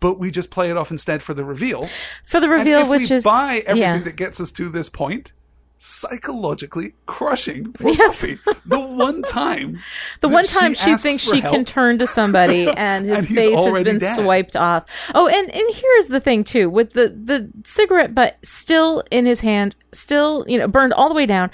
but we just play it off instead for the reveal.
For the
And
reveal,
if
which
we
is
buy everything
yeah.
that gets us to this point, psychologically crushing for
Yes.
Buffy. The one time,
The
that
one time she,
asks
thinks
for
she can
help,
turn to somebody and his
And he's
face has
already
been
dead.
swiped off. Oh, and and here's the thing too with the the cigarette butt still in his hand, still, you know, burned all the way down.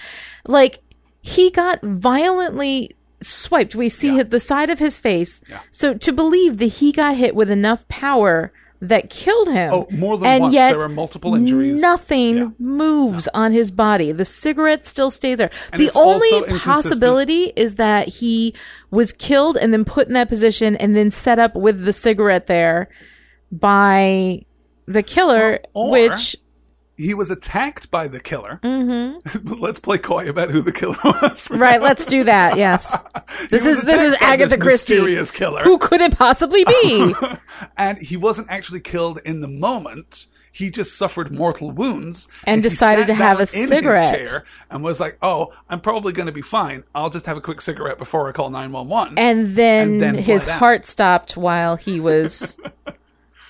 Like he got violently swiped. We see hit the side of his face. So to believe that he got hit with enough power that killed him.
Oh, more than
and
once.
Yet,
There are multiple injuries.
Nothing
Yeah.
moves on his body. The cigarette still stays there.
And
the
it's also
only
inconsistent-
possibility is that he was killed and then put in that position and then set up with the cigarette there by the killer,
Well, or-
which
he was attacked by the killer. Mm-hmm. Let's play coy about who the killer was.
right, let's do that. Yes. This
was
is this is
attacked by
Agatha
this
Christie.
mysterious killer.
Who could it possibly be?
and he wasn't actually killed in the moment. He just suffered mortal wounds
And
he
decided
sat
to have
down
a
in his
cigarette.
chair and was like, "Oh, I'm probably going to be fine. I'll just have a quick cigarette before I call 911."
and then,
And then
his
bled out.
heart stopped while he was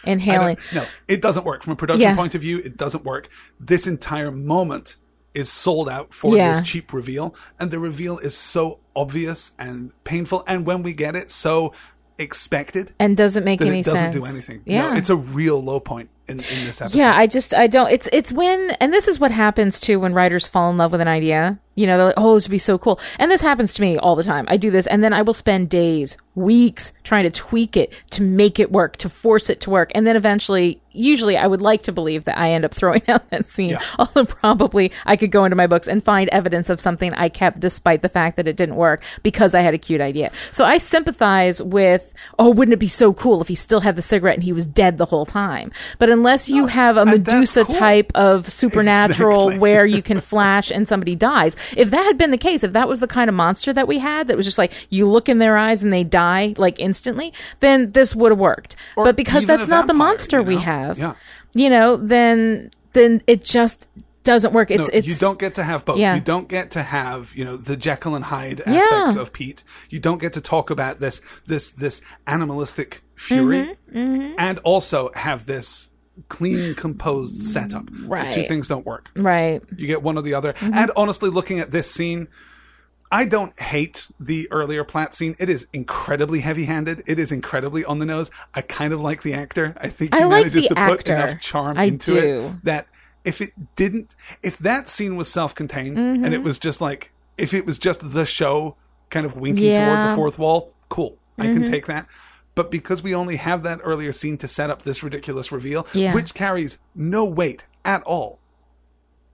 inhaling.
no, it doesn't work from a production
Yeah.
point of view. It doesn't work. This entire moment is sold out for
Yeah.
this cheap reveal, and the reveal is so obvious and painful. And when we get it, so expected
And doesn't make
that
any
it doesn't
sense.
do anything.
Yeah.
No, it's a real low point in, in this episode.
Yeah, I just I don't. It's it's when and this is what happens too when writers fall in love with an idea. You know, they're like, oh, this would be so cool. And this happens to me all the time. I do this, and then I will spend days, weeks trying to tweak it to make it work, to force it to work, and then eventually, usually, I would like to believe that I end up throwing out that scene. Although probably I could go into my books and find evidence of something I kept, despite the fact that it didn't work because I had a cute idea. So I sympathize with. Oh, wouldn't it be so cool if he still had the cigarette and he was dead the whole time? But unless you have a
and that's
Medusa
cool.
type of supernatural
Exactly.
where you can flash and somebody dies. If that had been the case, if that was the kind of monster that we had that was just like you look in their eyes and they die like instantly, then this would have worked.
Or
but because
even
that's
a
not the
vampire,
monster
you
we
know?
have,
Yeah.
you know, then then it just doesn't work.
No,
It's it's
you don't get to have both.
yeah.
You don't get to have, you know, the Jekyll and Hyde
Yeah.
aspects of Pete. You don't get to talk about this this this animalistic fury
Mm-hmm,
and also have this clean composed setup. The two
Right.
things don't work.
right.
You get one or the other.
Mm-hmm.
And honestly looking at this scene I don't hate the earlier Platt scene. It is incredibly heavy-handed. It is incredibly on the nose. I kind of like the actor. I think he
I like
manages
the
to put
actor.
enough charm
I
into
do.
it that if it didn't, if that scene was self-contained and
Mm-hmm.
it was just like, if it was just the show kind of winking toward
Yeah.
the fourth wall, cool. I can
Mm-hmm.
take that. But because we only have that earlier scene to set up this ridiculous reveal,
Yeah.
which carries no weight at all,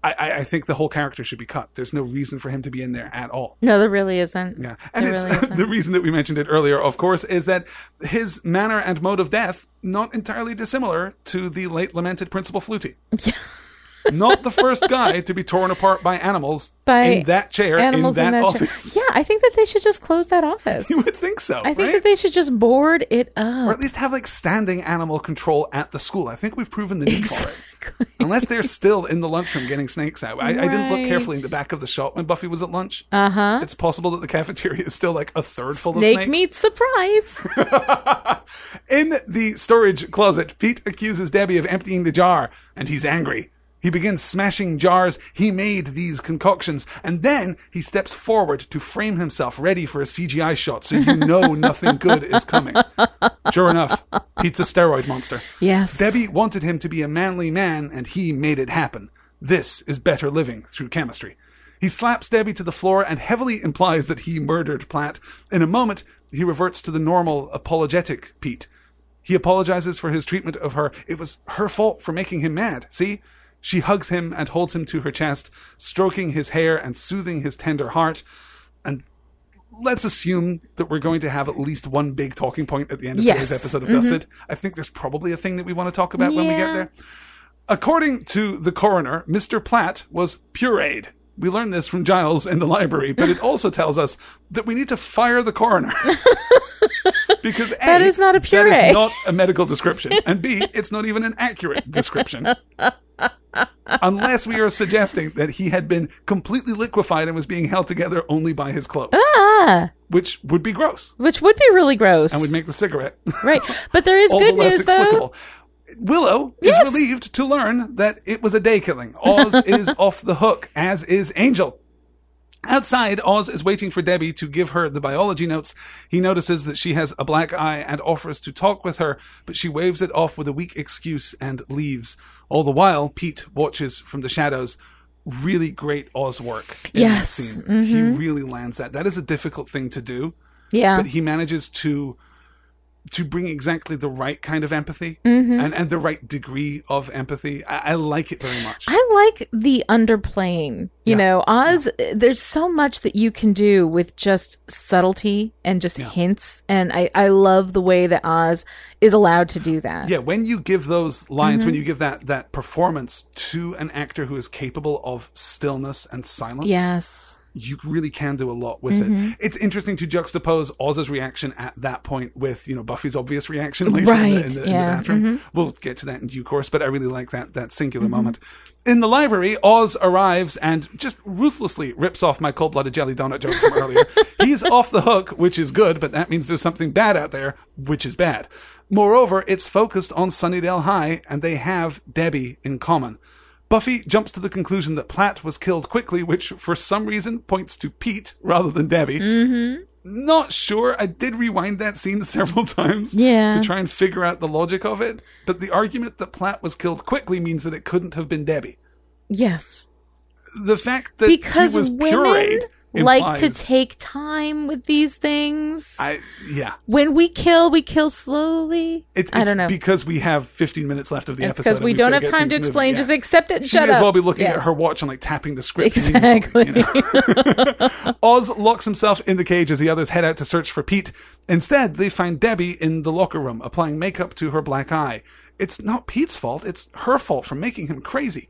I- I, I think the whole character should be cut. There's no reason for him to be in there at all.
No, there really isn't.
Yeah. And
there
it's,
really isn't.
the reason that we mentioned it earlier, of course, is that his manner and mode of death not entirely dissimilar to the late lamented Principal Flutie. not the first guy to be torn apart by animals
By
in that chair
Animals
in that,
chair.
office.
Yeah, I think that they should just close that office.
You would think so,
I think
right?
that they should just board it up.
or at least have like standing animal control at the school. I think we've proven the need for it. Unless they're still in the lunchroom getting snakes out. I, I didn't look
Right. Uh-huh.
carefully in the back of the shop when Buffy was at lunch. Uh huh. It's possible that the cafeteria is still like a third full of
Snake
snakes.
meat surprise.
In the storage closet, Pete accuses Debbie of emptying the jar, and he's angry. He begins smashing jars. He made these concoctions, and then he steps forward to frame himself ready for a CGI shot so you know nothing good is coming. Sure enough, Pete's a steroid monster.
yes.
Debbie wanted him to be a manly man, and he made it happen. This is better living through chemistry. He slaps Debbie to the floor and heavily implies that he murdered Platt. In a moment, he reverts to the normal, apologetic Pete. He apologizes for his treatment of her. It was her fault for making him mad, see? She hugs him and holds him to her chest, stroking his hair and soothing his tender heart. And let's assume that we're going to have at least one big talking point at the end of
Yes. Mm-hmm.
today's episode of Dusted. I think there's probably a thing that we want to talk about when we get
Yeah.
there. According to the coroner, Mr. Platt was pureed. We learned this from Giles in the library, but it also tells us that we need to fire the coroner. because A,
That is not a
That
puree.
is not a medical description. And B, it's not even an accurate description. Unless we are suggesting that he had been completely liquefied and was being held together only by his clothes,
Ah,
which would be gross
which would be really gross.
and would make the cigarette
right. But there is
all
good
the less
news though.
explicable. Willow is relieved to learn that it was a day killing. Oz is off the hook, as is Angel. Outside, Oz is waiting for Debbie to give her the biology notes. He notices that she has a black eye and offers to talk with her, but she waves it off with a weak excuse and leaves. All the while, Pete watches from the shadows. Really great Oz work. In
Yes. Mm-hmm.
That scene. He really lands that. That is a difficult thing to do
Yeah.
but he manages to to bring exactly the right kind of empathy
Mm-hmm.
and, and the right degree of empathy. I, I like it very much.
I like the underplaying. You know, Oz, there's so much that you can do with just subtlety and just hints. And I, I love the way that Oz is allowed to do that.
yeah, when you give those lines,
Mm-hmm.
when you give that that performance to an actor who is capable of stillness and silence,
Yes.
you really can do a lot with
Mm-hmm.
it. It's interesting to juxtapose Oz's reaction at that point with, you know, Buffy's obvious reaction later in, the, in,
Right,
the,
yeah.
in the bathroom. We'll get to that in due course, but I really like that that singular moment. In the library, Oz arrives and just ruthlessly rips off my cold blooded jelly donut joke from earlier. He's off the hook, which is good, but that means there's something bad out there, which is bad. Moreover, it's focused on Sunnydale High, and they have Debbie in common. Buffy jumps to the conclusion that Platt was killed quickly, which for some reason points to Pete rather than Debbie. Mm-hmm. Not sure. I did rewind that scene several times
Yeah.
to try and figure out the logic of it. But the argument that Platt was killed quickly means that it couldn't have been Debbie.
Yes.
The fact that
Because
he was
women
pureed
like to
implies-
take time with these things.
I yeah.
when we kill, we kill slowly.
It's, it's
I don't know.
because we have 15 minutes left of the
It's
episode.
because
and
we
we've
don't
gotta
have
get
time
things
to
moving.
explain.
Yeah.
Just accept it.
She
shut
may as
up.
well be looking at
Yes.
her watch and like tapping the script.
Exactly.
meaningfully, you know? Oz locks himself in the cage as the others head out to search for Pete. Instead, they find Debbie in the locker room applying makeup to her black eye. It's not Pete's fault, it's her fault for making him crazy.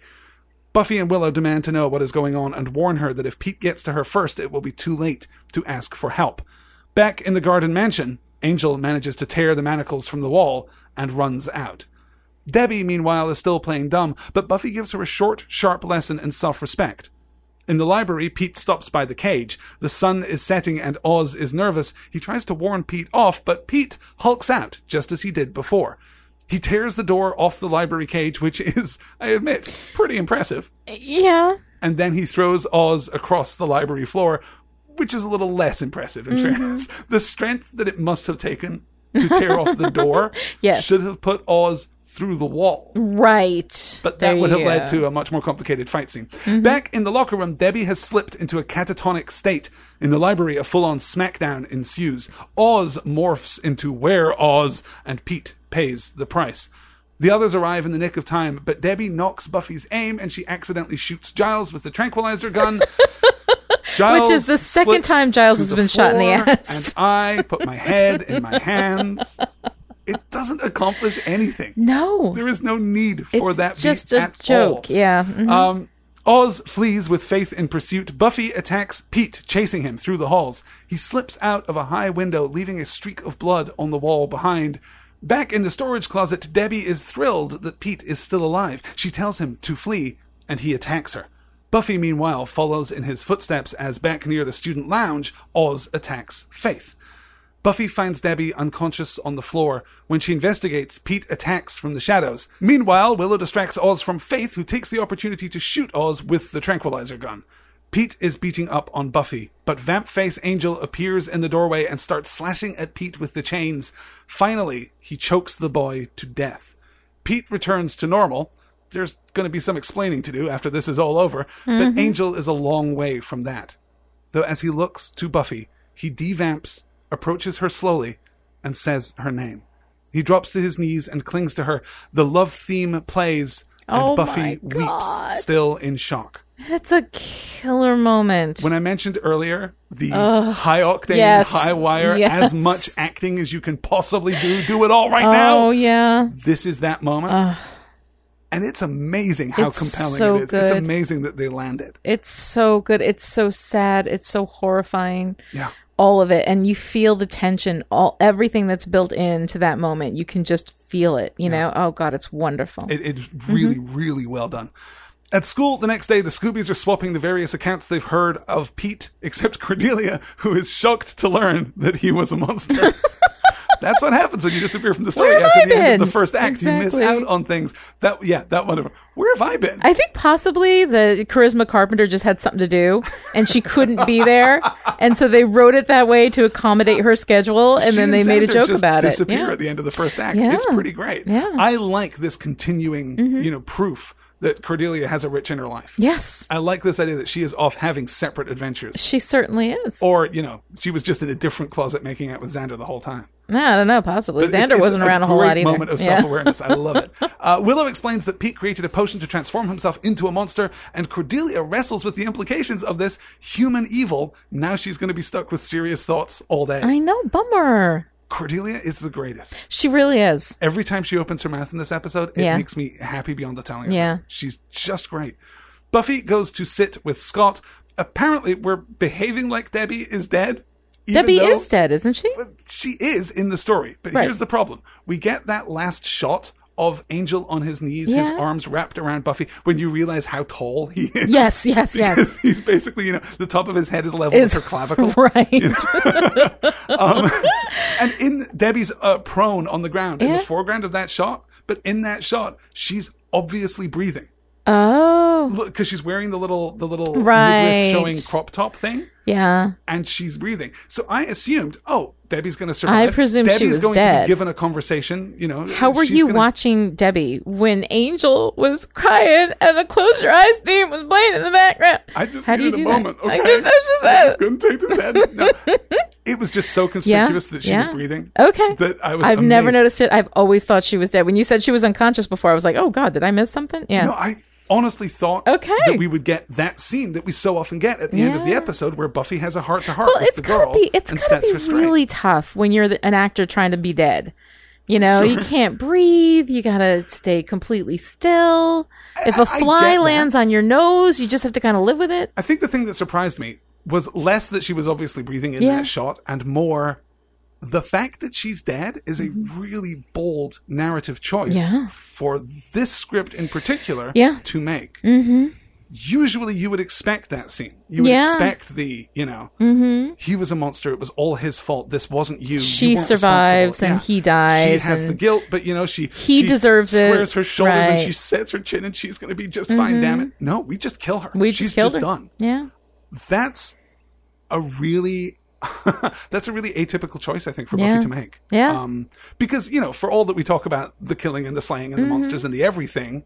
Buffy and Willow demand to know what is going on and warn her that if Pete gets to her first, it will be too late to ask for help. Back in the Garden Mansion, Angel manages to tear the manacles from the wall and runs out. Debbie, meanwhile, is still playing dumb, but Buffy gives her a short, sharp lesson in self respect. In the library, Pete stops by the cage. The sun is setting and Oz is nervous. He tries to warn Pete off, but Pete hulks out, just as he did before. He tears the door off the library cage, which is, I admit, pretty impressive.
Yeah.
And then he throws Oz across the library floor, which is a little less impressive, in fairness. The strength that it must have taken to tear off the door
Yes.
should have put Oz through the wall.
Right.
But that
There
would have
you
led
go.
to a much more complicated fight scene.
Mm-hmm.
Back in the locker room, Debbie has slipped into a catatonic state. In the library, a full on smackdown ensues. Oz morphs into Where Oz, and Pete pays the price. The others arrive in the nick of time, but Debbie knocks Buffy's aim and she accidentally shoots Giles with the tranquilizer gun. Giles
Which is the second
slips
time Giles
to
has
the
been shot in the
floor,
ass.
And I put my head in my hands. It doesn't accomplish anything.
No.
There is no need for
It's
that.
just
beat
a
at
joke.
all.
Yeah. Mhm.
Um, Oz flees with Faith in pursuit. Buffy attacks Pete, chasing him through the halls. He slips out of a high window, leaving a streak of blood on the wall behind. Back in the storage closet, Debbie is thrilled that Pete is still alive. She tells him to flee, and he attacks her. Buffy, meanwhile, follows in his footsteps as back near the student lounge, Oz attacks Faith. Buffy finds Debbie unconscious on the floor. When she investigates, Pete attacks from the shadows. Meanwhile, Willow distracts Oz from Faith, who takes the opportunity to shoot Oz with the tranquilizer gun. Pete is beating up on Buffy, but Vampface Angel appears in the doorway and starts slashing at Pete with the chains. Finally, he chokes the boy to death. Pete returns to normal. There's going to be some explaining to do after this is all over,
Mm-hmm.
but Angel is a long way from that though as he looks to Buffy, he devamps, approaches her slowly, and says her name. He drops to his knees and clings to her. The love theme plays, and
Oh
Buffy
my God.
weeps, still in shock.
That's a killer moment.
When I mentioned earlier the high octane,
Yes.
high wire,
Yes.
as much acting as you can possibly do, do it all right
oh
now.
yeah.
This is that moment. and it's amazing how
Uh, It's
compelling
so
it is. It's
good.
amazing that they landed.
It's so good. It's so sad. It's so horrifying.
Yeah.
All of it, and you feel the tension. All everything that's built into that moment, you can just feel it. You know. Oh God, it's wonderful.
It, it's
Mm-hmm.
really, really well done. At school the next day, the Scoobies are swapping the various accounts they've heard of Pete, except Cordelia, who is shocked to learn that he was a monster. That's what happens when you disappear from the story
Where have
after
I
the end
been?
of the first act. You miss
Exactly.
out on things. That yeah, that one. of- Where have I been?
I think possibly the charisma carpenter just had something to do, and she couldn't be there, and so they wrote it that way to accommodate her schedule, and
She
then they made a
Xander
joke
just
about it.
disappear
Yeah.
at the end of the first act.
Yeah.
It's pretty great.
Yeah. Mm-hmm.
I like this continuing, you know, proof that Cordelia has a rich inner life.
Yes,
I like this idea that she is off having separate adventures.
she certainly is.
Or, you know, she was just in a different closet making out with Xander the whole time.
No, I don't know. Possibly
But it's-
Xander
it's
wasn't around a whole
great
lot either.
moment of
Yeah.
self-awareness. I love it. Uh, Willow explains that Pete created a potion to transform himself into a monster, and Cordelia wrestles with the implications of this human evil. Now she's going to be stuck with serious thoughts all day.
I know. Bummer.
Cordelia is the greatest.
She really is.
Every time she opens her mouth in this episode, it
Yeah.
makes me happy beyond the telling. of
Yeah.
it. She's just great. Buffy goes to sit with Scott. Apparently, we're behaving like Debbie is dead. even
Debbie
though-
is dead, isn't she?
she is in the story. But
Right.
here's the problem: we get that last shot of Angel on his knees, his
Yeah.
arms wrapped around Buffy. When you realize how tall he is,
Yes, yes, yes.
Because he's basically you know the top of his head is level
Is-
with her clavicle.
Right.
And in Debbie's uh, prone on the ground in the
Yeah.
foreground of that shot, but in that shot, she's obviously breathing
Oh,
because she's wearing the little the little
Right.
midriff showing crop top thing.
yeah.
and she's breathing. So I assumed, oh, Debbie's going to survive.
I presume she
Debbie's
was
going to be
dead.
given a conversation. You know,
How were
she's
you
gonna-
watching Debbie when Angel was crying and the Close Your Eyes theme was playing in the background?
I just
How do
needed a
you do that?
moment.
I
Okay,
just, I just,
I just couldn't take this head. No. it was just so
yeah,
conspicuous that she
yeah.
was breathing.
Okay.
that I was.
I've never
amazed.
noticed it. I've always thought she was dead. When you said she was unconscious before, I was like, oh God, did I miss something? Yeah.
No, I honestly thought
Okay.
that we would get that scene that we so often get at the end of the
Yeah.
episode where Buffy has a heart to heart
well,
with
it's
the girl
gotta be, it's
and
gotta
sets her
be
straight.
really tough when you're the, an actor trying to be dead. You know, you can't breathe. You gotta stay completely still. If
I- I
a
get
fly
that.
lands on your nose, you just have to kind of live with it.
I think the thing that surprised me was less that she was obviously breathing in
Yeah.
that shot and more the fact that she's dead is a really bold narrative choice
Mm-hmm. Yeah.
for this script in particular
Yeah.
to make. Mm-hmm. Usually you would expect that scene. You would
Yeah. Mm-hmm.
expect the, you know, he was a monster. It was all his fault. This wasn't you. You
She
weren't
survives
responsible.
and he dies
She has the
and-
guilt, but you know, she
He
she
deserves it.
squares her shoulders and
Right. Mm-hmm.
she sets her chin and she's going to be just fine, damn it. No, we just kill her.
We
she's
just killed her.
done
Yeah.
that's a really that's a really atypical choice I think for
Yeah.
Buffy to make.
Yeah.
Um, because you know, for all that we talk about the killing and the slaying
Mm-hmm.
and the monsters and the everything,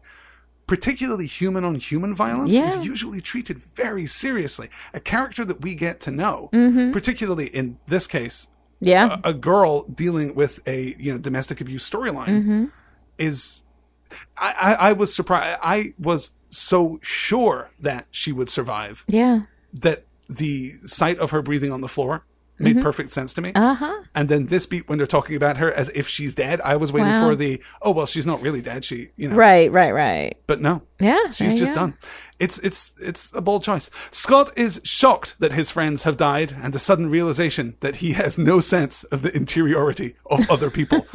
particularly human on human violence
Yeah.
is usually treated very seriously. A character that we get to know,
Mm-hmm.
particularly in this case,
Yeah.
Uh,
Mm-hmm.
a girl dealing with a you know domestic abuse storyline, is I, I, I was surprised. I was so sure that she would survive
Yeah.
that the sight of her breathing on the floor made perfect sense to me.
Uh huh.
And then this beat when they're talking about her as if she's dead, I was waiting
Wow.
for the oh well, she's not really dead. She you know,
Right. Right. Right.
but no,
Yeah. there
she's
you
just
go.
done. It's it's it's a bold choice. Scott is shocked that his friends have died and the sudden realization that he has no sense of the interiority of other people.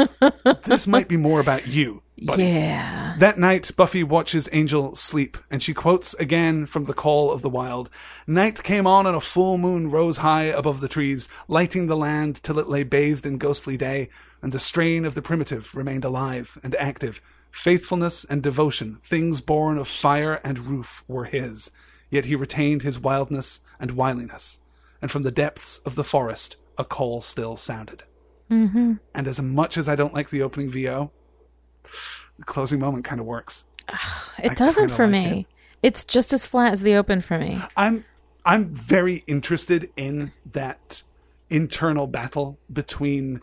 this might be more about you. Buddy.
Yeah.
That night, Buffy watches Angel sleep, and she quotes again from The Call of the Wild. Night came on, and a full moon rose high above the trees, lighting the land till it lay bathed in ghostly day, and the strain of the primitive remained alive and active. Faithfulness and devotion, things born of fire and roof, were his, yet he retained his wildness and wiliness. And from the depths of the forest, a call still sounded. And as much as I don't like the opening VO, the closing moment kind of works.
It
I
doesn't
kinda
for
like
me. It's just as flat as the open for me.
I'm I'm very interested in that internal battle between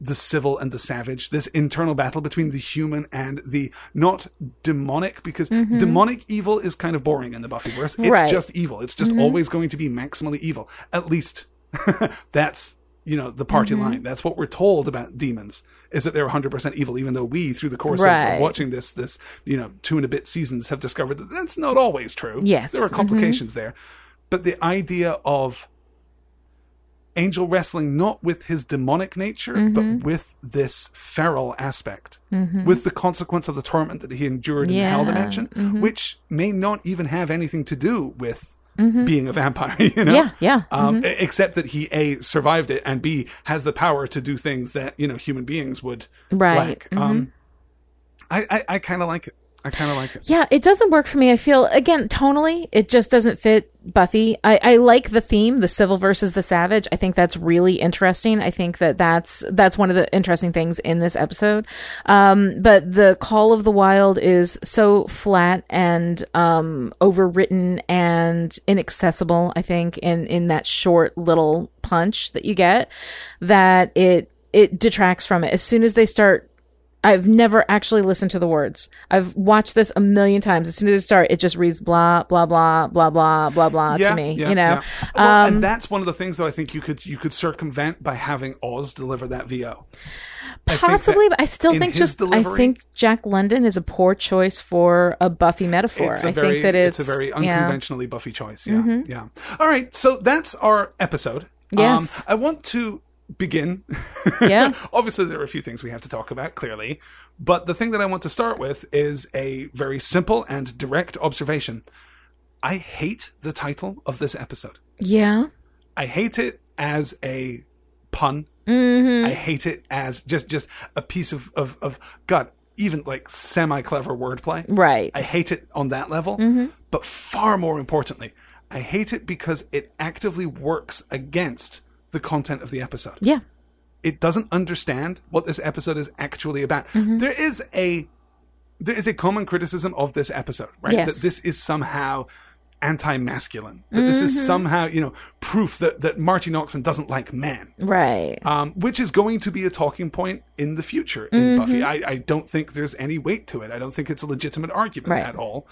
the civil and the savage. This internal battle between the human and the not demonic, because demonic evil is kind of boring in the Buffyverse. It's
Mm-hmm. Right. Mm-hmm.
just evil. It's just always going to be maximally evil. At least that's you know the party
Mm-hmm.
line. That's what we're told about demons is that they're 100% evil, even though we, through the course of- of
Right.
watching this this you know two and a bit seasons, have discovered that that's not always true.
Yes. Mm-hmm.
There are complications there. But the idea of Angel wrestling not with his demonic nature,
Mm-hmm.
but with this feral aspect, with the consequence of the torment that he endured in the Hell
Yeah. Mm-hmm.
Dimension, which may not even have anything to do with being a vampire, you know?
Mm-hmm. Yeah, yeah.
Um, e- Except that he, A, survived it, and B, has the power to do things that, you know, human beings would
Right.
lack.
Mm-hmm.
Um, I, I, I kind of like it. I kind of like it.
Yeah, it doesn't work for me. I feel again tonally, it just doesn't fit Buffy. I, I like the theme, the civil versus the savage. I think that's really interesting. I think that that's that's one of the interesting things in this episode. Um, but the Call of the Wild is so flat and um, overwritten and inaccessible. I think in in that short little punch that you get, that it it detracts from it. As soon as they start I've never actually listened to the words. I've watched this a million times. As soon as it starts, it just reads blah blah blah blah blah blah blah to me.
yeah,
you know, Um,
yeah. Well, and that's one of the things that I think you could you could circumvent by having Oz deliver that VO. I think that
possibly, but I still
in
think
his
just I
delivery-
think Jack London is a poor choice for a Buffy metaphor.
It's a
I
very,
think that it's,
a very
yeah. Mm-hmm.
unconventionally Buffy choice. Yeah, yeah. All right, so that's our episode. Um,
Yes.
I want to begin.
Yeah.
Obviously, there are a few things we have to talk about, clearly, but the thing that I want to start with is a very simple and direct observation. I hate the title of this episode.
yeah,
I hate it as a pun. I hate it as just just a piece of of, of God, even like semi clever wordplay.
right.
I hate it on that level, but far more importantly, I hate it because it actively works against the content of the episode
yeah,
it doesn't understand what this episode is actually about.
Mm-hmm.
There is a there is a common criticism of this episode, right?
Yes.
That this is somehow anti-masculine. That this
Mm-hmm.
is somehow, you know, proof that that Marty Noxon doesn't like men.
right.
Um, which is going to be a talking point in the future
Mm-hmm.
in Buffy. I, I don't think there's any weight to it. I don't think it's a legitimate argument
Right.
at all.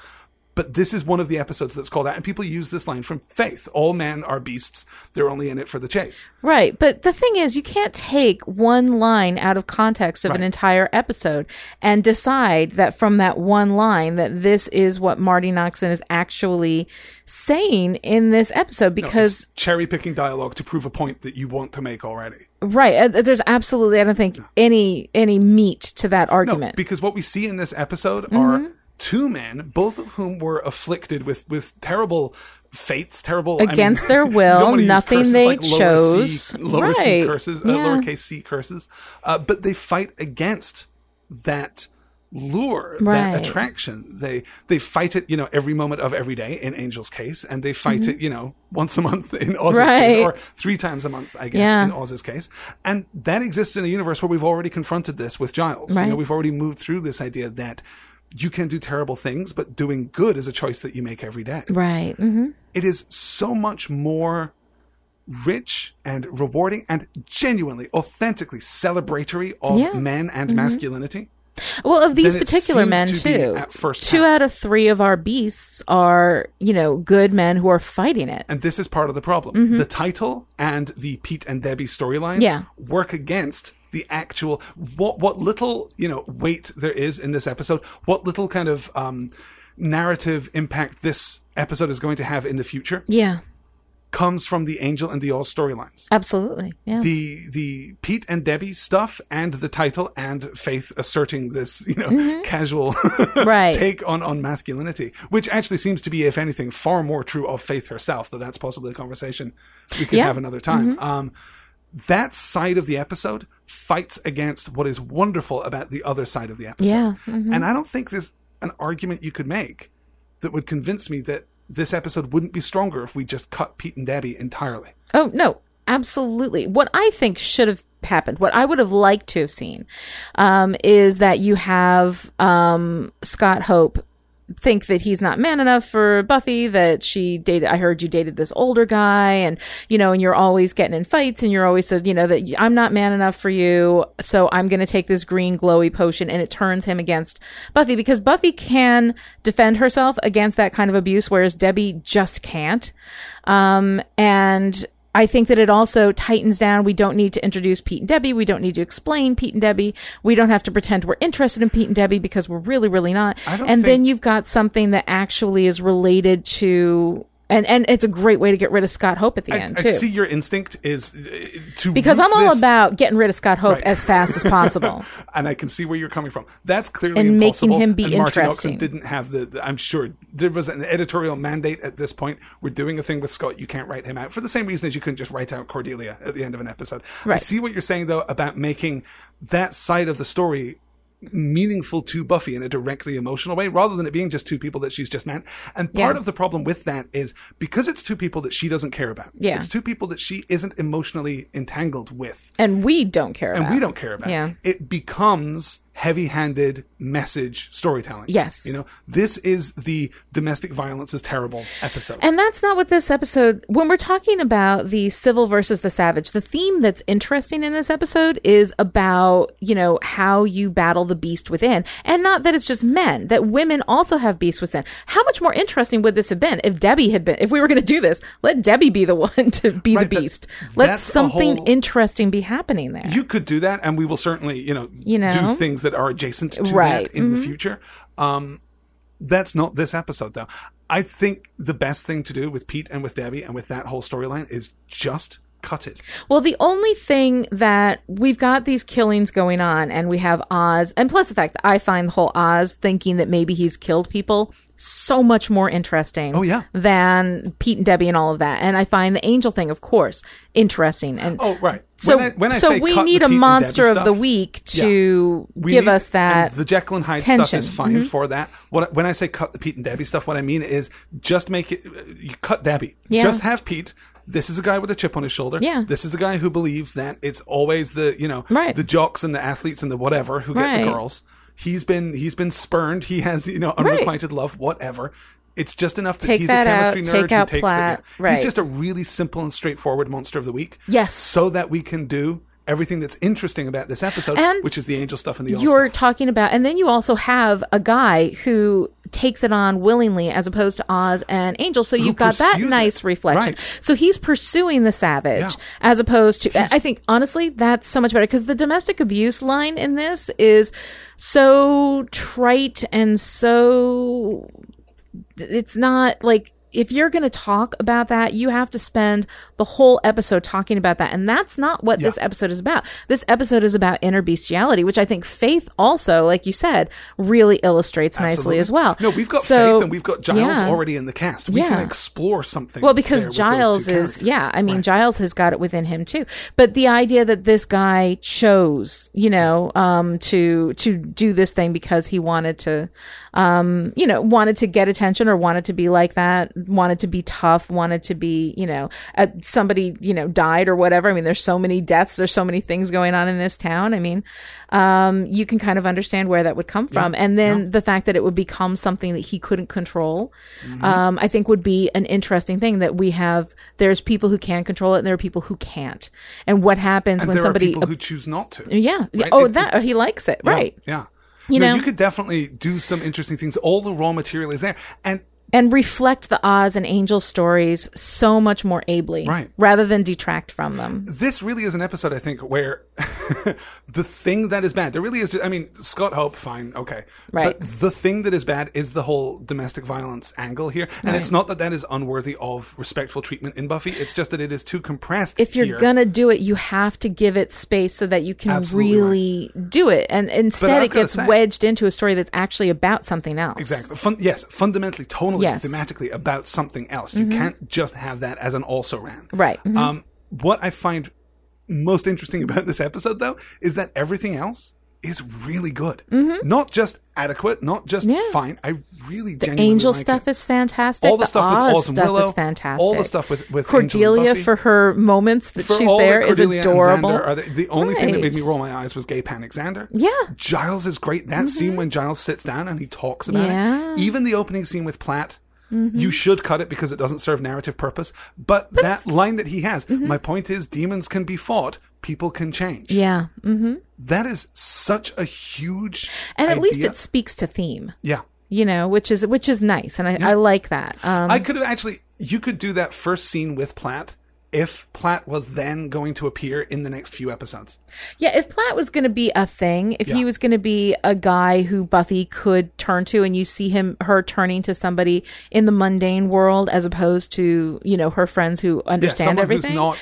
But this is one of the episodes that's called out, and people use this line from Faith: "All men are beasts; they're only in it for the chase."
Right. But the thing is, you can't take one line out of context of an
Right.
entire episode and decide that from that one line that this is what Marty Noxon is actually saying in this episode because
cherry picking dialogue to prove a point that you want to make already.
right uh, there's absolutely I don't think any any meat to that
No,
argument. Mm-hmm.
because what we see in this episode are two men, both of whom were afflicted with with terrible fates, terrible I mean,
Against their
you don't
will,
wanna use
nothing
curses
they
like lower
chose.
C, lower C
Right.
curses, uh,
Yeah.
lowercase c curses, uh, but they fight against that lure
Right.
that attraction they they fight it you know every moment of every day in angel's case and they fight it you know once a month in oz's case
Mm-hmm. Right.
or three times a month i guess
Yeah.
in oz's case and that exists in a universe where we've already confronted this with giles you know
Right.
we've already moved through this idea that you can do terrible things but doing good is a choice that you make every day
right. hmm
it is so much more rich and rewarding and genuinely authentically celebratory of
Yeah. Mm-hmm.
men and masculinity
Well, of these
Then it
particular
seems
men,
to be
too.
at first
two
pass.
out of three of our beasts are, you know, good men who are fighting it.
And this is part of the problem. The title and the Pete and Debbie storyline
Mm-hmm. Yeah.
work against the actual what what little, you know, weight there is in this episode, what little kind of um narrative impact this episode is going to have in the future
Yeah,
comes from the Angel and the All storylines.
absolutely. Yeah.
The the Pete and Debbie stuff and the title and Faith asserting this, you know,
Mm-hmm.
casual
Right.
take on, on masculinity, which actually seems to be, if anything, far more true of Faith herself, though that's possibly a conversation we could
Yeah. Mm-hmm.
have another time. Um, that side of the episode fights against what is wonderful about the other side of the episode.
Yeah, Mm-hmm.
And I don't think there's an argument you could make that would convince me that this episode wouldn't be stronger if we just cut Pete and Debbie entirely.
Oh, no, absolutely. What I think should have happened, what I would have liked to have seen, um, is that you have um, Scott Hope think that he's not man enough for Buffy, that she dated, I heard you dated this older guy, and, you know, and you're always getting in fights, and you're always so, you know, that y- I'm not man enough for you, so I'm going to take this green glowy potion, and it turns him against Buffy, because Buffy can defend herself against that kind of abuse, whereas Debbie just can't. Um, and I think that it also tightens down. We don't need to introduce Pete and Debbie. We don't need to explain Pete and Debbie. We don't have to pretend we're interested in Pete and Debbie because we're really, really not.
I
And
don't
then
think-
you've got something that actually is related to, and, and it's a great way to get rid of Scott Hope at the
I
end, too.
see your instinct is uh, to
because
root
I'm all
this-
about getting rid of Scott Hope
Right.
as fast as possible.
and I can see where you're coming from. That's clearly
And making
impossible.
him be
and Martin
interesting.
Oxen didn't have the, the- I'm sure there was an editorial mandate at this point. We're doing a thing with Scott. You can't write him out for the same reason as you couldn't just write out Cordelia at the end of an episode. I
Right.
see what you're saying though about making that side of the story meaningful to Buffy in a directly emotional way rather than it being just two people that she's just met. And part
Yeah.
of the problem with that is because it's two people that she doesn't care about.
Yeah.
It's two people that she isn't emotionally entangled with
and we don't care
and
about.
we don't care about.
Yeah.
It becomes heavy-handed message storytelling.
Yes.
You know, this is the domestic violence is terrible episode.
And that's not what this episode, when we're talking about the civil versus the savage, the theme that's interesting in this episode is about, you know, how you battle the beast within. And not that it's just men, that women also have beasts within. How much more interesting would this have been if Debbie had been, if we were going to do this, let Debbie be the one to be
Right,
the
that-
beast. Let
that's a
something
whole-
interesting be happening there.
you could do that, and we will certainly, you know,
You know?
do things that are adjacent to
Right. Mm-hmm.
that in the future. Um, that's not this episode, though. I think the best thing to do with Pete and with Debbie and with that whole storyline is just cut it.
Well, the only thing that we've got these killings going on, and we have Oz, and plus the fact that I find the whole Oz thinking that maybe he's killed people so much more interesting. Oh
yeah.
than Pete and Debbie and all of that. And I find the angel thing, of course, interesting. And
Oh, right.
so
When I- when I
so
say
we
cut the
need a
Pete and Debbie
monster of the
stuff,
week to
We
give
need-
us that.
and the Jekyll and Hyde
tension. Mm-hmm.
stuff is fine for that. What when I say cut the Pete and Debbie stuff, what I mean is just make it you cut Debbie.
Yeah.
Just have Pete. This is a guy with a chip on his shoulder.
Yeah.
This is a guy who believes that it's always the you know
Right.
the jocks and the athletes and the whatever who get
Right.
the girls. He's been he's been spurned. He has you know unrequited love. Whatever. It's just enough that
Take
he's
that
a
out,
chemistry nerd
take
who
out
takes
Platt,
the.
right.
He's just a really simple and straightforward monster of the week.
Yes.
So that we can do everything that's interesting about this episode,
And
which is the angel stuff and the all
you're
stuff.
talking about and then you also have a guy who takes it on willingly as opposed to oz and angel so you've got that
pursues it.
nice reflection
Right.
so he's pursuing the savage
Yeah.
as opposed to i think honestly that's so much better because the domestic abuse line in this is so trite and so it's not like if you're going to talk about that, you have to spend the whole episode talking about that. And that's not what this episode is about. This episode is about inner bestiality, which I think Faith also, like you said, really illustrates
Absolutely.
nicely as well.
No, we've got
So,
Faith and we've got Giles
yeah.
already in the cast. We
Yeah.
can explore something.
Well, because
there with those two
Giles is,
characters.
yeah, I mean, Giles has got it within him too. But the idea that this guy chose, you know, um, to to do this thing because he wanted to, um, you know, wanted to get attention or wanted to be like that, wanted to be tough, wanted to be, you know, uh, somebody, you know, died or whatever. I mean, there's so many deaths, there's so many things going on in this town. I mean, um, you can kind of understand where that would come from, and then the fact that it would become something that he couldn't control
Mm-hmm.
um, I think would be an interesting thing that we have. There's people who can control it, and there are people who can't. And what happens
And
when
there
somebody?
are people who choose not to.
yeah.
Right?
Oh,
It-
that he likes it,
yeah,
right?
Yeah.
You
No,
know?
you could definitely do some interesting things. All the raw material is there, and
and reflect the Oz and Angel stories so much more ably,
Right.
rather than detract from them.
this really is an episode I think where the thing that is bad. There really is. I mean, Scott Hope, fine, okay,
Right.
But the thing that is bad is the whole domestic violence angle here, and it's not that that is unworthy of respectful treatment in Buffy. It's just that it is too compressed.
If you're
here.
gonna do it, you have to give it space so that you can
Absolutely
really do it. And
But
instead,
I've
it
gotta
gets
say-
wedged into a story that's actually about something else.
Exactly. Fun- yes, fundamentally, tonally,
Yes. Mm-hmm.
thematically about something else. You can't just have that as an also ran.
Right. Mhm.
Um, what I find most interesting about this episode, though, is that everything else is really good.
Mm-hmm.
Not just adequate, not just fine. I really genuinely
Angel
like
stuff
it.
is fantastic.
All the stuff with
Oz
Oz and
stuff
Willow,
is fantastic.
all the stuff with- with Angel and
Cordelia
Buffy.
for her moments that
For
she's
all that
there is
Cordelia and
adorable.
Xander are the, the only thing that made me
Right.
roll my eyes was gay panic Xander.
Yeah. Mm-hmm.
Giles is great. That scene when Giles sits down and he talks about
Yeah.
it.
Mm-hmm.
Even the opening scene with Platt. You should cut it because it doesn't serve narrative purpose. But, that line that he has, my point is demons can be fought, people can change.
Mm-hmm. Yeah, hmm
That is such a huge
and at least
idea.
it speaks to theme.
Yeah.
You know, which is which is nice, and I, I like that. Um,
I could have actually you could do that first scene with Platt if Platt was then going to appear in the next few episodes.
Yeah, if Platt was going to be a thing, if
Yeah.
he was going to be a guy who Buffy could turn to, and you see him, her turning to somebody in the mundane world as opposed to, you know, her friends who
Yeah,
understand
someone
everything.
who's not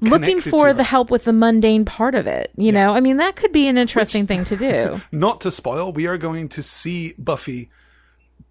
Looking
connected to
for
her.
the help with the mundane part of it, you know? I mean, that could be an interesting thing to do.
not to spoil, we are going to see Buffy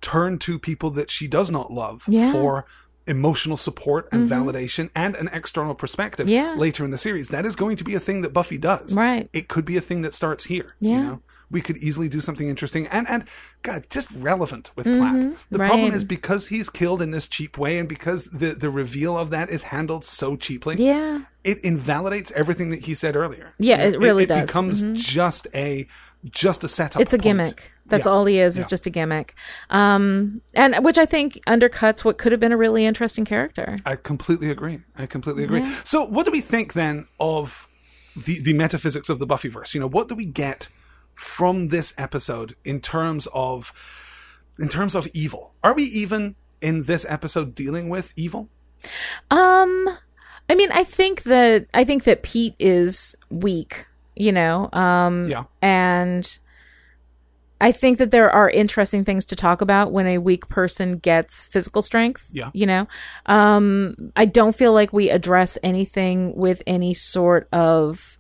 turn to people that she does not love
Yeah. Mm-hmm.
for emotional support and validation and an external perspective
Yeah.
later in the series. That is going to be a thing that Buffy does.
Right.
It could be a thing that starts here. You
Yeah.
know? We could easily do something interesting and, and God, just relevant with Platt. The problem
Mm-hmm. right.
is because he's killed in this cheap way and because the, the reveal of that is handled so cheaply
Yeah.
it invalidates everything that he said earlier.
Yeah, it really does. Mm-hmm.
becomes just a just a setup.
It's a
point.
gimmick. That's
Yeah.
all he is, is
Yeah.
just a gimmick. Um, and which I think undercuts what could have been a really interesting character.
I completely agree. I completely agree. So, what do we think then of the the metaphysics of the Buffyverse? You know, what do we get from this episode in terms of in terms of evil? Are we even in this episode dealing with evil?
Um, I mean, I think that I think that Pete is weak, you know, um,
Yeah.
and I think that there are interesting things to talk about when a weak person gets physical strength.
Yeah.
you know, um, I don't feel like we address anything with any sort of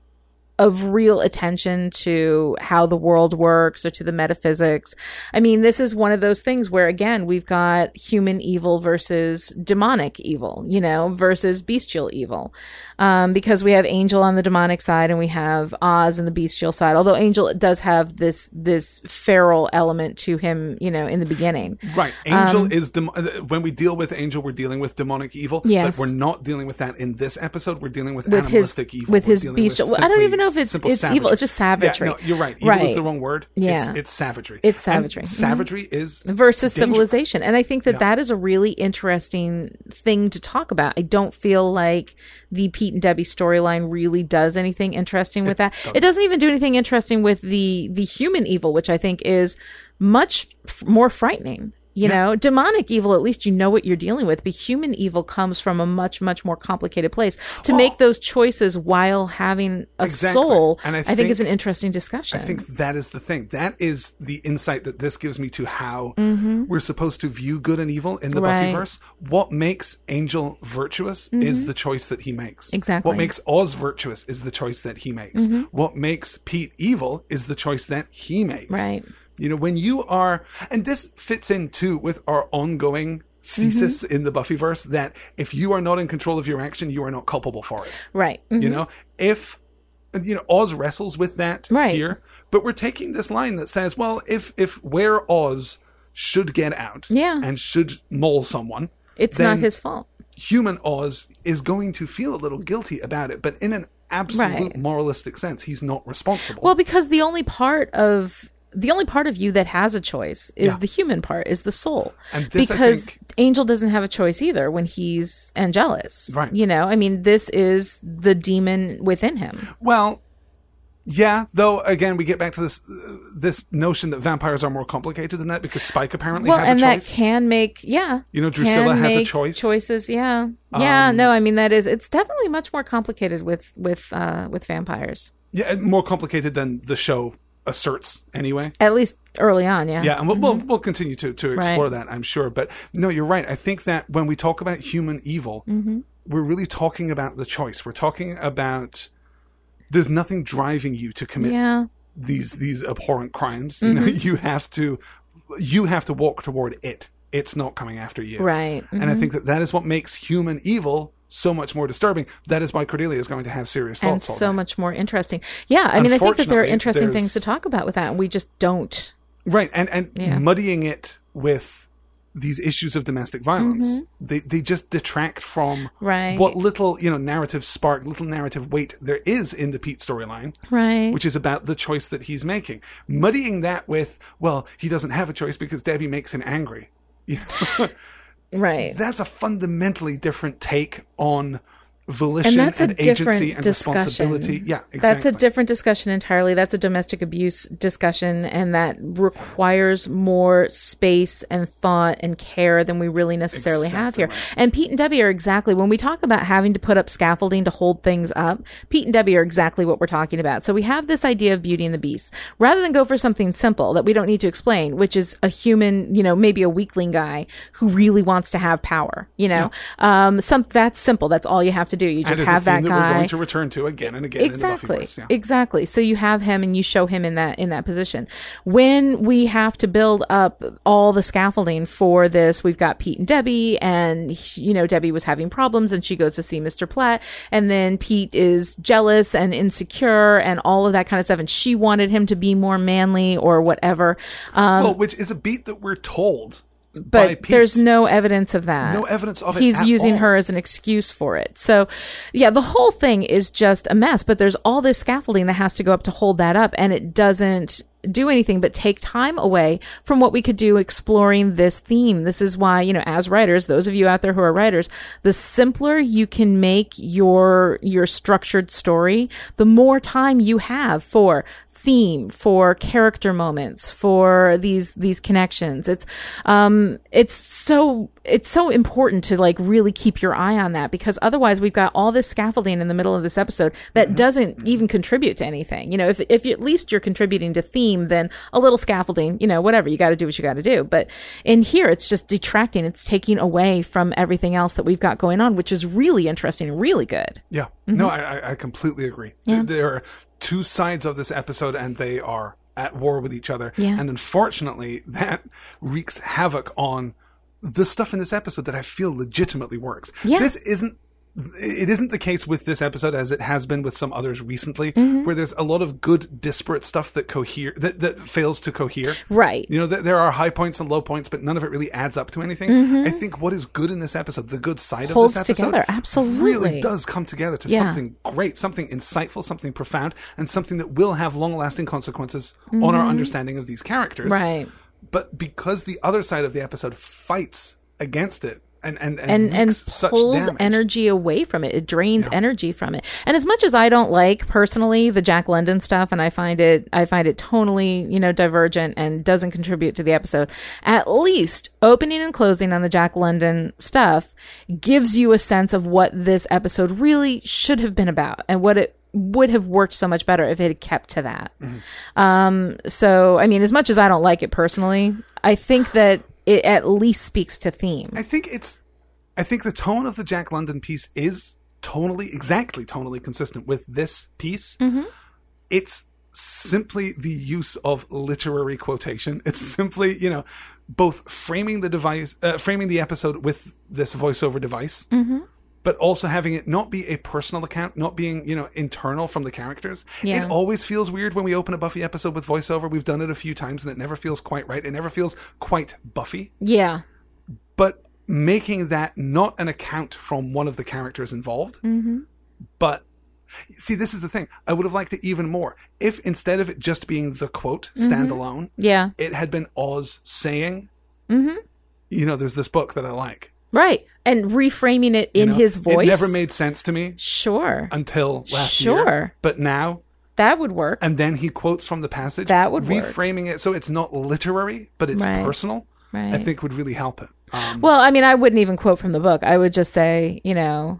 of real attention to how the world works or to the metaphysics. I mean, this is one of those things where, again, we've got human evil versus demonic evil, you know, versus bestial evil. Um, because we have Angel on the demonic side and we have Oz on the bestial side, although Angel does have this, this feral element to him, you know, in the beginning.
Right. Angel
Um,
is dem- uh, when we deal with angel, we're dealing with demonic evil.
Yes.
But we're not dealing with that in this episode. We're dealing with,
With his-
animalistic evil.
with
We're
his
dealing
bestial- well, I don't
simply
even know if it's-
simple
it's evil. It's just savagery.
Yeah, no, you're right. Evil is
Right.
the wrong word. It's,
Yeah.
it's savagery.
It's
And
savagery. Mhm.
savagery is dangerous.
versus civilization. And I think that that is a really interesting thing to talk about. I don't feel like the Pete and Debbie storyline really does anything interesting with that. It doesn't even do anything interesting with the the human evil, which I think is much f- more frightening. You know, demonic evil, at least you know what you're dealing with, but human evil comes from a much, much more complicated place. To make those choices while having a
Exactly.
soul,
And I
I,
think-
think is an interesting discussion.
I think that is the thing. That is the insight that this gives me to how we're supposed to view good and evil in the
Mm-hmm. Right. Mm-hmm.
Buffyverse. What makes Angel virtuous is the choice that he makes.
Exactly. Mm-hmm.
What makes Oz virtuous is the choice that he makes. What makes Pete evil is the choice that he makes.
Right.
You know, when you are, and this fits in too with our ongoing
Mm-hmm.
thesis in the Buffyverse that if you are not in control of your action, you are not culpable for it
right. Mhm.
you know if you know oz wrestles with that
Right.
here but we're taking this line that says well if if where oz should get out
Yeah.
and should maul someone
It's
then
not his fault.
human oz is going to feel a little guilty about it but in an absolute
Right.
moralistic sense he's not responsible
Well, because the only part of the only part of you that has a choice is
Yeah.
the human part, is the soul.
And this, I
because
think-
Angel doesn't have a choice either when he's Angelus.
Right.
You know, I mean, this is the demon within him.
Well, Yeah, though again, we get back to this this notion that vampires are more complicated than that because Spike apparently
well,
has
and
a
that
choice.
can make yeah.
You know, Drusilla
can
has a
make
choice. Um,
Choices, yeah, yeah. no, I mean that is it's definitely much more complicated with with uh with vampires.
yeah, and more complicated than the show asserts anyway.
At least early on, yeah.
Yeah, and we'll,
Mm-hmm.
we'll, we'll continue to, to explore that, I'm sure. But no, you're right. I think that when we talk about human evil,
Mm-hmm.
we're really talking about the choice. We're talking about there's nothing driving you to commit
Yeah. Mm-hmm.
these these abhorrent crimes. You know, you have to you have to walk toward it. It's not coming after you.
Right. Mm-hmm.
And I think that that is what makes human evil so much more disturbing. That is why Cordelia is going to have serious
And
thoughts. on
so
that.
much more interesting. Yeah, I mean, I think that there are
Unfortunately,
interesting
there's-
things to talk about with that, and we just don't.
Right, and and muddying it with these issues of domestic violence, they they just detract from
Mm-hmm. Right.
what little you know narrative spark, little narrative weight there is in the Pete storyline,
Right.
which is about the choice that he's making. Muddying that with well, he doesn't have a choice because Debbie makes him angry. You know?
right.
that's a fundamentally different take on volition
and
and,
that's a
agency
different
and
discussion.
responsibility. Yeah, exactly.
That's a different discussion entirely. That's a domestic abuse discussion, and that requires more space and thought and care than we really necessarily have
Exactly
here. And Pete and Debbie are exactly when we talk about having to put up scaffolding to hold things up. Pete and Debbie are exactly what we're talking about. So we have this idea of Beauty and the Beast, rather than go for something simple that we don't need to explain, which is a human, you know, maybe a weakling guy who really wants to have power. You know, um, some that's simple. That's all you have to do. You
And
just
is a
have that
theme that
guy
we're going to return to again and again
exactly
in the Buffyverse. Yeah.
exactly so you have him and you show him in that in that position when we have to build up all the scaffolding for this we've got pete and debbie and you know debbie was having problems and she goes to see mr platt and then pete is jealous and insecure and all of that kind of stuff and she wanted him to be more manly or whatever um,
well, which is a beat that we're told, by
but
Pete.
there's no evidence of that
No evidence of it
he's
at
using
all.
her as an excuse for it. So, yeah, the whole thing is just a mess, but there's all this scaffolding that has to go up to hold that up, and it doesn't do anything but take time away from what we could do exploring this theme. This is why, you know, as writers, those of you out there who are writers, the simpler you can make your your structured story, the more time you have for theme for character moments for these these connections it's um it's so it's so important to like really keep your eye on that because otherwise we've got all this scaffolding in the middle of this episode that doesn't even contribute to anything you know if if you, at least you're contributing to theme then a little scaffolding you know whatever you got to do what you got to do but in here it's just detracting it's taking away from everything else that we've got going on which is really interesting and really good
Yeah. No, I, I- I completely agree. Th- There are two sides of this episode, and they are at war with each other.
Yeah.
And unfortunately, that wreaks havoc on the stuff in this episode that I feel legitimately works.
Yeah.
This isn't. It isn't the case with this episode as it has been with some others recently,
Mm-hmm.
where there's a lot of good disparate stuff that cohere that, that fails to cohere.
right
You know, th- there are high points and low points, but none of it really adds up to anything. I think what is good in this episode, the good side
Mm-hmm. Holds
of this episode,
together,
really
absolutely.
does come together to
Yeah.
something great, something insightful, something profound, and something that will have long-lasting consequences on our understanding of these characters.
Mm-hmm. right
But because the other side of the episode fights against it and and and,
and and
wreaks such
pulls
damage,
energy away from it. It drains energy from it. And as much as I don't like personally the Jack London stuff, and I find it I find it tonally you know divergent and doesn't contribute to the episode. At least opening and closing on the Jack London stuff gives you a sense of what this episode really should have been about and what it would have worked so much better if it had kept to that.
Mm-hmm.
Um, so I mean, as much as I don't like it personally, I think that it at least speaks to theme.
I think it's I think the tone of the Jack London piece is tonally exactly tonally consistent with this piece. It's simply the use of literary quotation. It's simply, you know, both framing the device uh, framing the episode with this voiceover device. But also having it not be a personal account, not being, you know, internal from the characters.
Yeah.
It always feels weird when we open a Buffy episode with voiceover. We've done it a few times and it never feels quite right. It never feels quite Buffy
Yeah.
but making that not an account from one of the characters involved,
Mm-hmm.
but see, this is the thing. I would have liked it even more if instead of it just being the quote
Mm-hmm.
standalone,
Yeah.
it had been Oz saying,
Mm-hmm.
"You know, there's this book that I like."
Right. And reframing it in
You know,
his voice.
it never made sense to me
sure.
until last year,
Sure.
but now
That would work.
and then he quotes from the passage.
That would work.
reframing it so it's not literary, but it's
Right.
personal. I
Right.
think would really help it. Um,
Well, I mean, I wouldn't even quote from the book. I would just say, you know,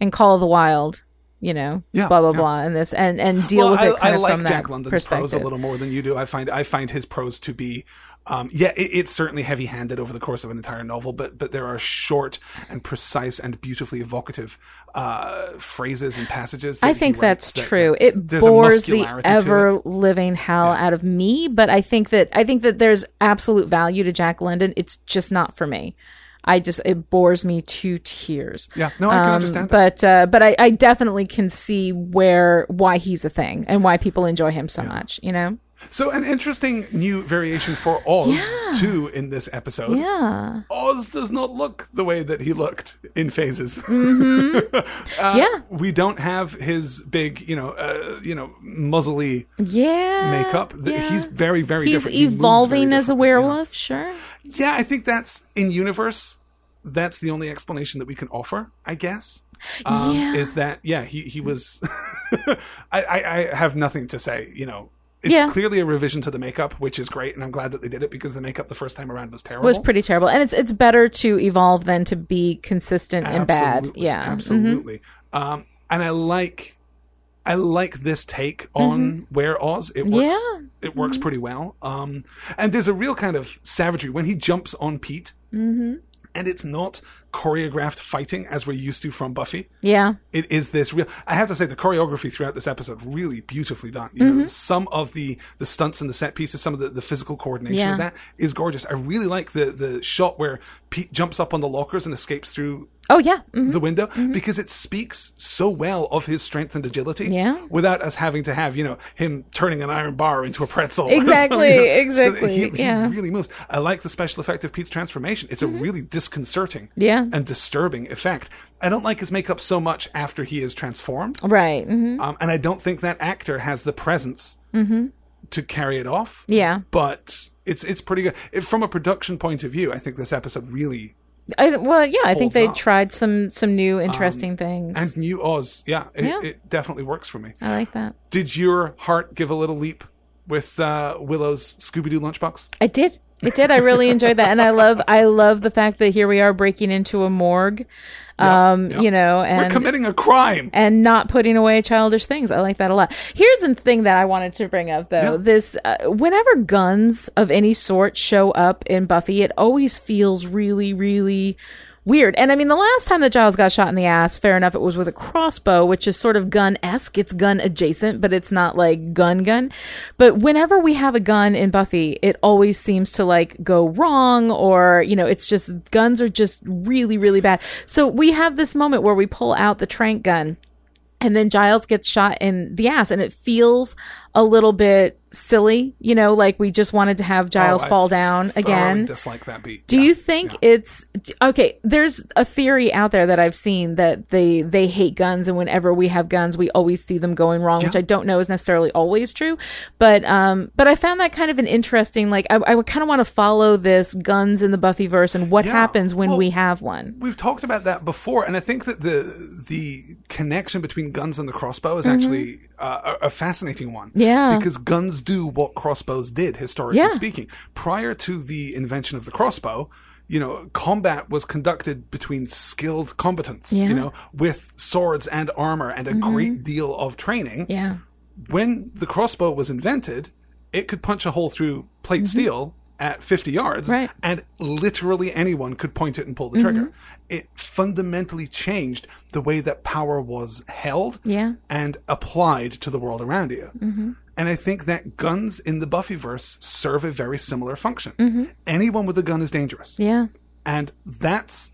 in Call of the Wild, you know,
Yeah,
blah blah
yeah.
blah, and this, and and deal
well,
with
I,
it kind
I
of
like
from
Jack
that
London's
perspective.
prose a little more than you do. I find I find his prose to be, um, yeah, it, it's certainly heavy-handed over the course of an entire novel, but but there are short and precise and beautifully evocative uh, phrases and passages. That
I
he
think
writes
that's
that-
true.
that-
It
there's a
bores the
muscularity to it.
ever living hell out of me, but I think that I think that there's absolute value to Jack London. It's just not for me. I just it bores me to tears.
Yeah, no, I can understand that.
But uh, but I, I definitely can see where why he's a thing and why people enjoy him so much. You know.
So an interesting new variation for Oz too in this episode.
Yeah.
Oz does not look the way that he looked in phases.
Mm. yeah.
we don't have his big, you know, uh, you know, muzzly
Yeah.
makeup. Th-
yeah.
He's very, very
He's
different. He moves very
evolving as a
differently, yeah.
werewolf. Sure.
Yeah, I think that's in universe. That's the only explanation that we can offer, I guess. Um,
Yeah.
Is that yeah? He he was. I, I I have nothing to say. You know, it's
Yeah.
clearly a revision to the makeup, which is great, and I'm glad that they did it because the makeup the first time around was terrible.
was pretty terrible. And it's it's better to evolve than to be consistent and bad.
Absolutely,
Yeah. Mm-hmm.
absolutely. Um, and I like, I like this take on where Oz. It works.
Mm-hmm. Yeah. Mm-hmm.
It works pretty well. Um, and there's a real kind of savagery when he jumps on Pete,
Mm-hmm.
and it's not choreographed fighting as we're used to from Buffy.
Yeah.
It is this real. I have to say, the choreography throughout this episode really beautifully done. You
Mm-hmm.
know, some of the the stunts and the set pieces, some of the, the physical coordination
Yeah.
of that is gorgeous. I really like the the shot where Pete jumps up on the lockers and escapes through
Oh yeah. Mhm.
the window because it speaks so well of his strength and agility
Yeah.
without us having to have you know him turning an iron bar into a pretzel or
Exactly,
something, you know, so that
exactly,
he, he
yeah. Mm-hmm.
really moves i like the special effect of pete's transformation it's a really disconcerting
Yeah.
and disturbing effect i don't like his makeup so much after he is transformed
Right. hmm
um, and i don't think that actor has the presence to carry it off
Mm-hmm. Yeah.
but it's it's pretty good it, from a production point of view i think this episode really
I, well, yeah. I think
Holds
they
up. Um,
tried some some new interesting things.
and new oz yeah it,
Yeah.
it definitely works for me
I like that.
Did your heart give a little leap with uh, Willow's Scooby Doo lunchbox?
I did. It did. I really enjoyed that, and I love. I love the fact that here we are breaking into a morgue. Um,
yeah.
you know,
We're
and
committing a crime.
and not putting away childish things. I like that a lot. Here's a thing that I wanted to bring up though.
Yeah.
This uh, whenever guns of any sort show up in Buffy, it always feels really really weird. And I mean the last time that Giles got shot in the ass, fair enough, it was with a crossbow, which is sort of gun-esque. It's gun adjacent, but it's not like gun gun. But whenever we have a gun in Buffy, it always seems to like go wrong or, you know, it's just guns are just really really bad. So we have this moment where we pull out the trank gun and then Giles gets shot in the ass, and it feels a little bit silly, you know, like we just wanted to have Giles
Oh, I
fall down
thoroughly
again.
Dislike that beat.
Do you think it's d- okay? There's a theory out there that I've seen that they they hate guns, and whenever we have guns, we always see them going wrong, which I don't know is necessarily always true. But um, but I found that kind of an interesting like I, I kind of want to follow this guns in the Buffyverse and what
Yeah.
happens when
Well,
we have one.
We've talked about that before, and I think that the the connection between guns and the crossbow is actually uh, a, a fascinating one.
Mm-hmm. Yeah.
because guns do what crossbows did historically
Yeah.
speaking. Prior to the invention of the crossbow, you know, combat was conducted between skilled combatants.
Yeah. Mm-hmm.
You know, with swords and armor and a great deal of training.
Yeah,
when the crossbow was invented, it could punch a hole through plate steel at 50 yards,
Mm-hmm. Right.
and literally anyone could point it and pull the trigger.
Mm-hmm.
It fundamentally changed the way that power was held
Yeah. Mm-hmm.
and applied to the world around you. And I think that guns in the Buffyverse serve a very similar function.
Mm-hmm.
Anyone with a gun is dangerous
yeah,
and that's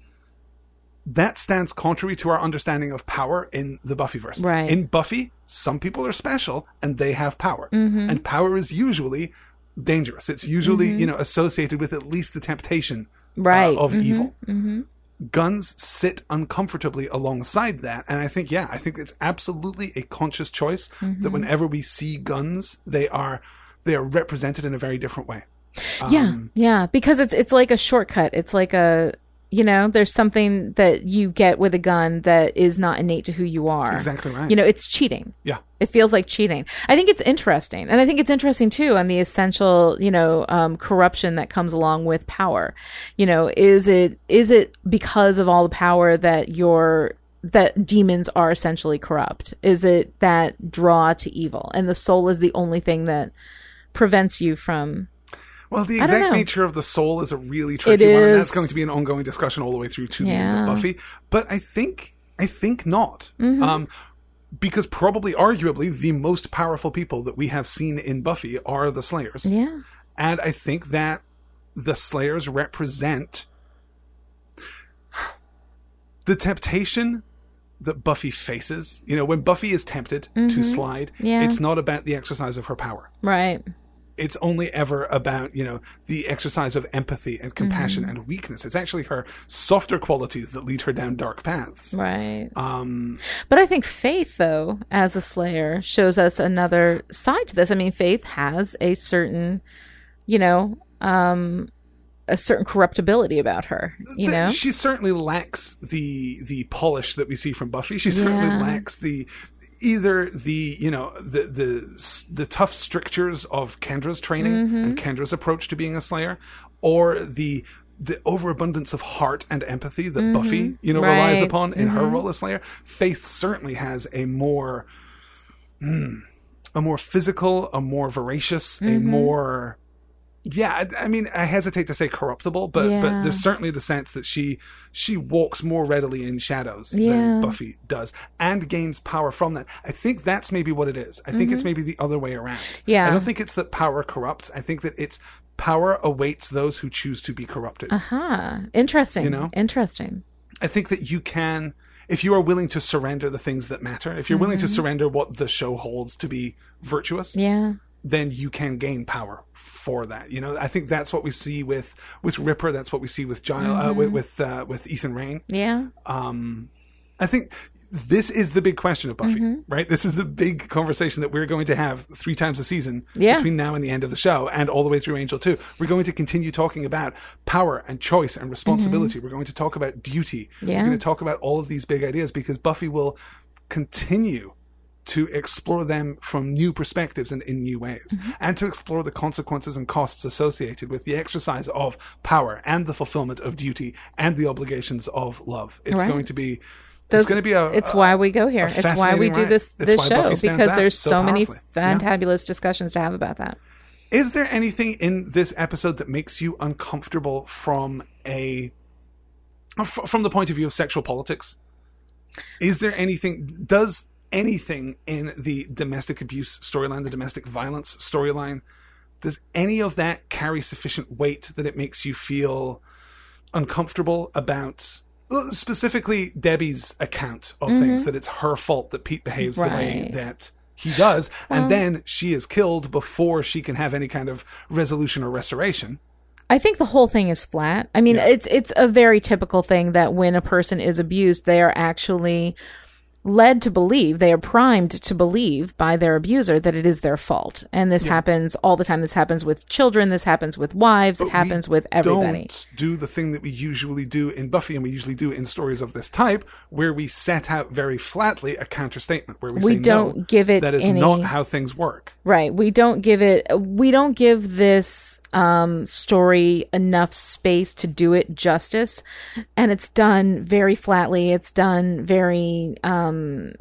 that stands contrary to our understanding of power in the Buffyverse.
Right.
In Buffy, some people are special and they have power,
Mm-hmm.
and power is usually dangerous. It's usually you know associated with at least the temptation uh,
Right. Mm-hmm.
of evil. Guns sit uncomfortably alongside that, and I think yeah, I think it's absolutely a conscious choice that
Mm-hmm.
whenever we see guns, they are they are represented in a very different way.
yeah, yeah. Because it's it's like a shortcut. It's like a You know, there's something that you get with a gun that is not innate to who you are.
Exactly right.
You know, it's cheating.
Yeah.
It feels like cheating. I think it's interesting. And I think it's interesting too on the essential, you know, um, corruption that comes along with power. You know, is it, is it because of all the power that your that demons are essentially corrupt? Is it that draw to evil and the soul is the only thing that prevents you from
Well, the
I don't
exact
know.
nature of the soul is a really tricky one, and that's going to be an ongoing discussion all the way through to the end
Yeah. Mm-hmm.
of Buffy. But I think I think not. Um because probably arguably the most powerful people that we have seen in Buffy are the Slayers.
Yeah.
And I think that the Slayers represent the temptation that Buffy faces. You know, when Buffy is tempted to slide,
Mm-hmm. Yeah.
it's not about the exercise of her power.
Right.
It's only ever about, you know, the exercise of empathy and compassion and weakness. It's actually her softer qualities that lead her down dark paths.
Right.
Um,
But I think Faith, though, as a Slayer, shows us another side to this. I mean, Faith has a certain, you know, um, a certain corruptibility about her.
th-
You know,
she certainly lacks the the polish that we see from Buffy. She certainly
Yeah.
lacks the either the you know the the s- the tough strictures of Kendra's training
Mm-hmm.
and Kendra's approach to being a Slayer, or the the overabundance of heart and empathy that Buffy you know relies
Mm-hmm. Right.
upon
Mm-hmm.
in her role as Slayer. Faith certainly has a more hmm, a more physical, a more voracious, a
Mm-hmm.
more yeah, I, I mean, I hesitate to say corruptible, but but
Yeah.
there's certainly the sense that she she walks more readily in shadows than
Yeah.
Buffy does, and gains power from that. I think that's maybe what it is. I think it's maybe the other way around.
Mm-hmm. Yeah.
I don't think it's that power corrupts. I think that it's power awaits those who choose to be corrupted.
Uh-huh. huh? Interesting.
You know?
interesting.
I think that you can, if you are willing to surrender the things that matter, if you're willing to surrender what the show holds to be virtuous,
Mm-hmm. Yeah.
then you can gain power for that. You know, I think that's what we see with with Ripper. That's what we see with Giles, uh,
Mm-hmm.
with with, uh, with Ethan Rain.
Yeah.
I think this is the big question of Buffy,
Mm-hmm.
right? This is the big conversation that we're going to have three times a season
Yeah.
between now and the end of the show and all the way through Angel 2. We're going to continue talking about power and choice and responsibility. We're going to talk about duty.
Mm-hmm. Yeah.
We're going to talk about all of these big ideas because Buffy will continue to explore them from new perspectives and in new ways,
Mm-hmm.
and to explore the consequences and costs associated with the exercise of power and the fulfillment of duty and the obligations of love. It's
Right.
going to be.
Those-
it's going to be a.
It's
Uh, a-
why we go here. It's why we
fascinating
do
ride.
this
It's
this
why
show
Buffy
because
stands out
there's
so
so, many
powerfully. Yeah.
fantabulous discussions to have about that.
Is there anything in this episode that makes you uncomfortable from a f- from the point of view of sexual politics? Is there anything? Does anything in the domestic abuse storyline, the domestic violence storyline, does any of that carry sufficient weight that it makes you feel uncomfortable about? well, Specifically, Debbie's account of things that it's her fault that Pete behaves the way
Right.
that he does, and then she is killed before she can have any kind of resolution or restoration.
I think the whole thing is flat. I mean, it's it's a very typical thing that when a person is abused, they are actually led to believe, they are primed to believe by their abuser that it is their fault. And this happens all the time. This happens with children, this happens with wives, it happens
We
with everybody.
Don't do the thing that we usually do in Buffy, and we usually do in stories of this type, where we set out very flatly a counter statement where we,
We
say no,
don't give it
that is
any-
not how things work.
Right. We don't give it, we don't give this um, story enough space to do it justice. And it's done very flatly. It's done very um,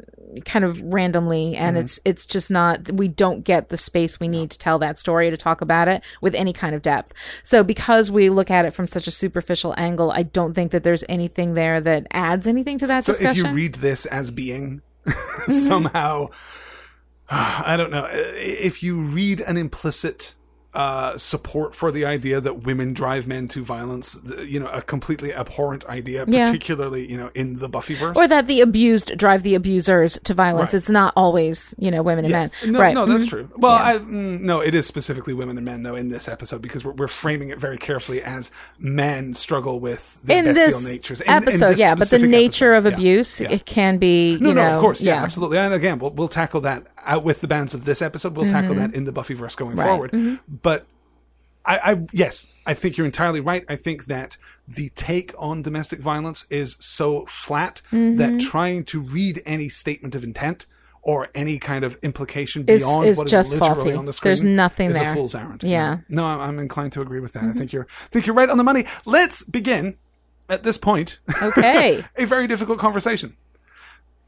kind of randomly. And
Mm-hmm.
it's, it's just not, we don't get the space we need to tell that story, to talk about it with any kind of depth. So because we look at it from such a superficial angle, I don't think that there's anything there that adds anything to that
So if
discussion. Mm-hmm.
you read this as being somehow, I don't know, i- if you read an implicit uh, support for the idea that women drive men to violence, th- you know, a completely abhorrent idea,
Yeah.
particularly, you know, in the Buffyverse.
or that the abused drive the abusers to violence.
Right.
It's not always, you know, women and
Yes.
men.
No,
right.
no, that's
Mhm.
true. Well, I, mm, no, it is specifically women and men though in this episode because we're, we're framing it very carefully as men struggle with their
In
bestial
this
natures. In- in
episode,
this
yeah, but the
specific
nature
episode,
of
yeah.
abuse
Yeah.
it can be,
No,
you
no,
know,
of course, yeah, absolutely. And again, we'll, we'll
Mm-hmm.
tackle that out with the bounds of this episode. We'll tackle that in the Buffyverse going forward. But I, I yes, I think you're entirely right. I think that the take on domestic violence is so flat
Mm-hmm.
that trying to read any statement of intent or any kind of implication
Is-
beyond
is
what is
just
literally
faulty.
on the screen
There's nothing
is
there.
a fool's errand.
Yeah. Mm-hmm.
No, I'm, I'm inclined to agree with that. I think you're I think you're right on the money. Let's begin at this point
Okay.
a very difficult conversation.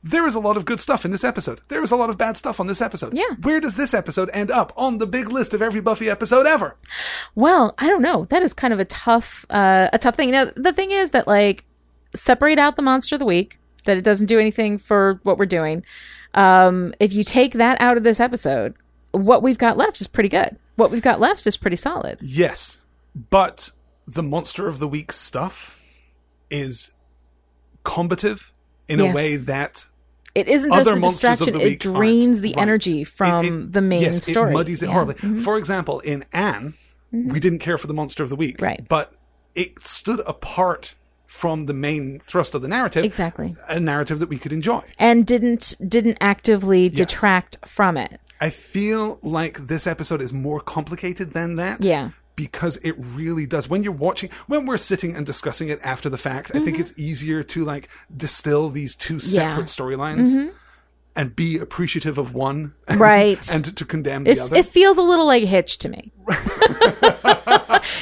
There is a lot of good stuff in this episode. There is a lot of bad stuff on this episode.
Yeah.
Where does this episode end up on the big list of every Buffy episode ever?
Well, I don't know. That is kind of a tough, uh, a tough thing. Now, the thing is that like separate out the monster of the week. That it doesn't do anything for what we're doing. Um, if you take that out of this episode, what we've got left is pretty good. What we've got left is pretty solid.
Yes. But the monster of the week stuff is combative in
Yes.
a way that
It isn't
Other
just a
monsters of
distraction.
the
It
week aren't.
drains the
Right.
energy from
it-
the main
yes,
story.
It muddies it
Yeah. Mm-hmm.
horribly. For example, in Anne, we didn't care for the monster of the week,
Right.
But it stood apart from the main thrust of the narrative,
Exactly.
a narrative that we could enjoy.
And didn't didn't actively detract from it.
I feel like this episode is more complicated than that.
Yeah.
Because it really does. When you're watching, when we're sitting and discussing it after the fact, I
Mm-hmm.
think it's easier to like distill these two separate storylines
Mm-hmm.
and be appreciative of one
Right.
and to condemn
It,
the other.
it feels a little like Hitch to me.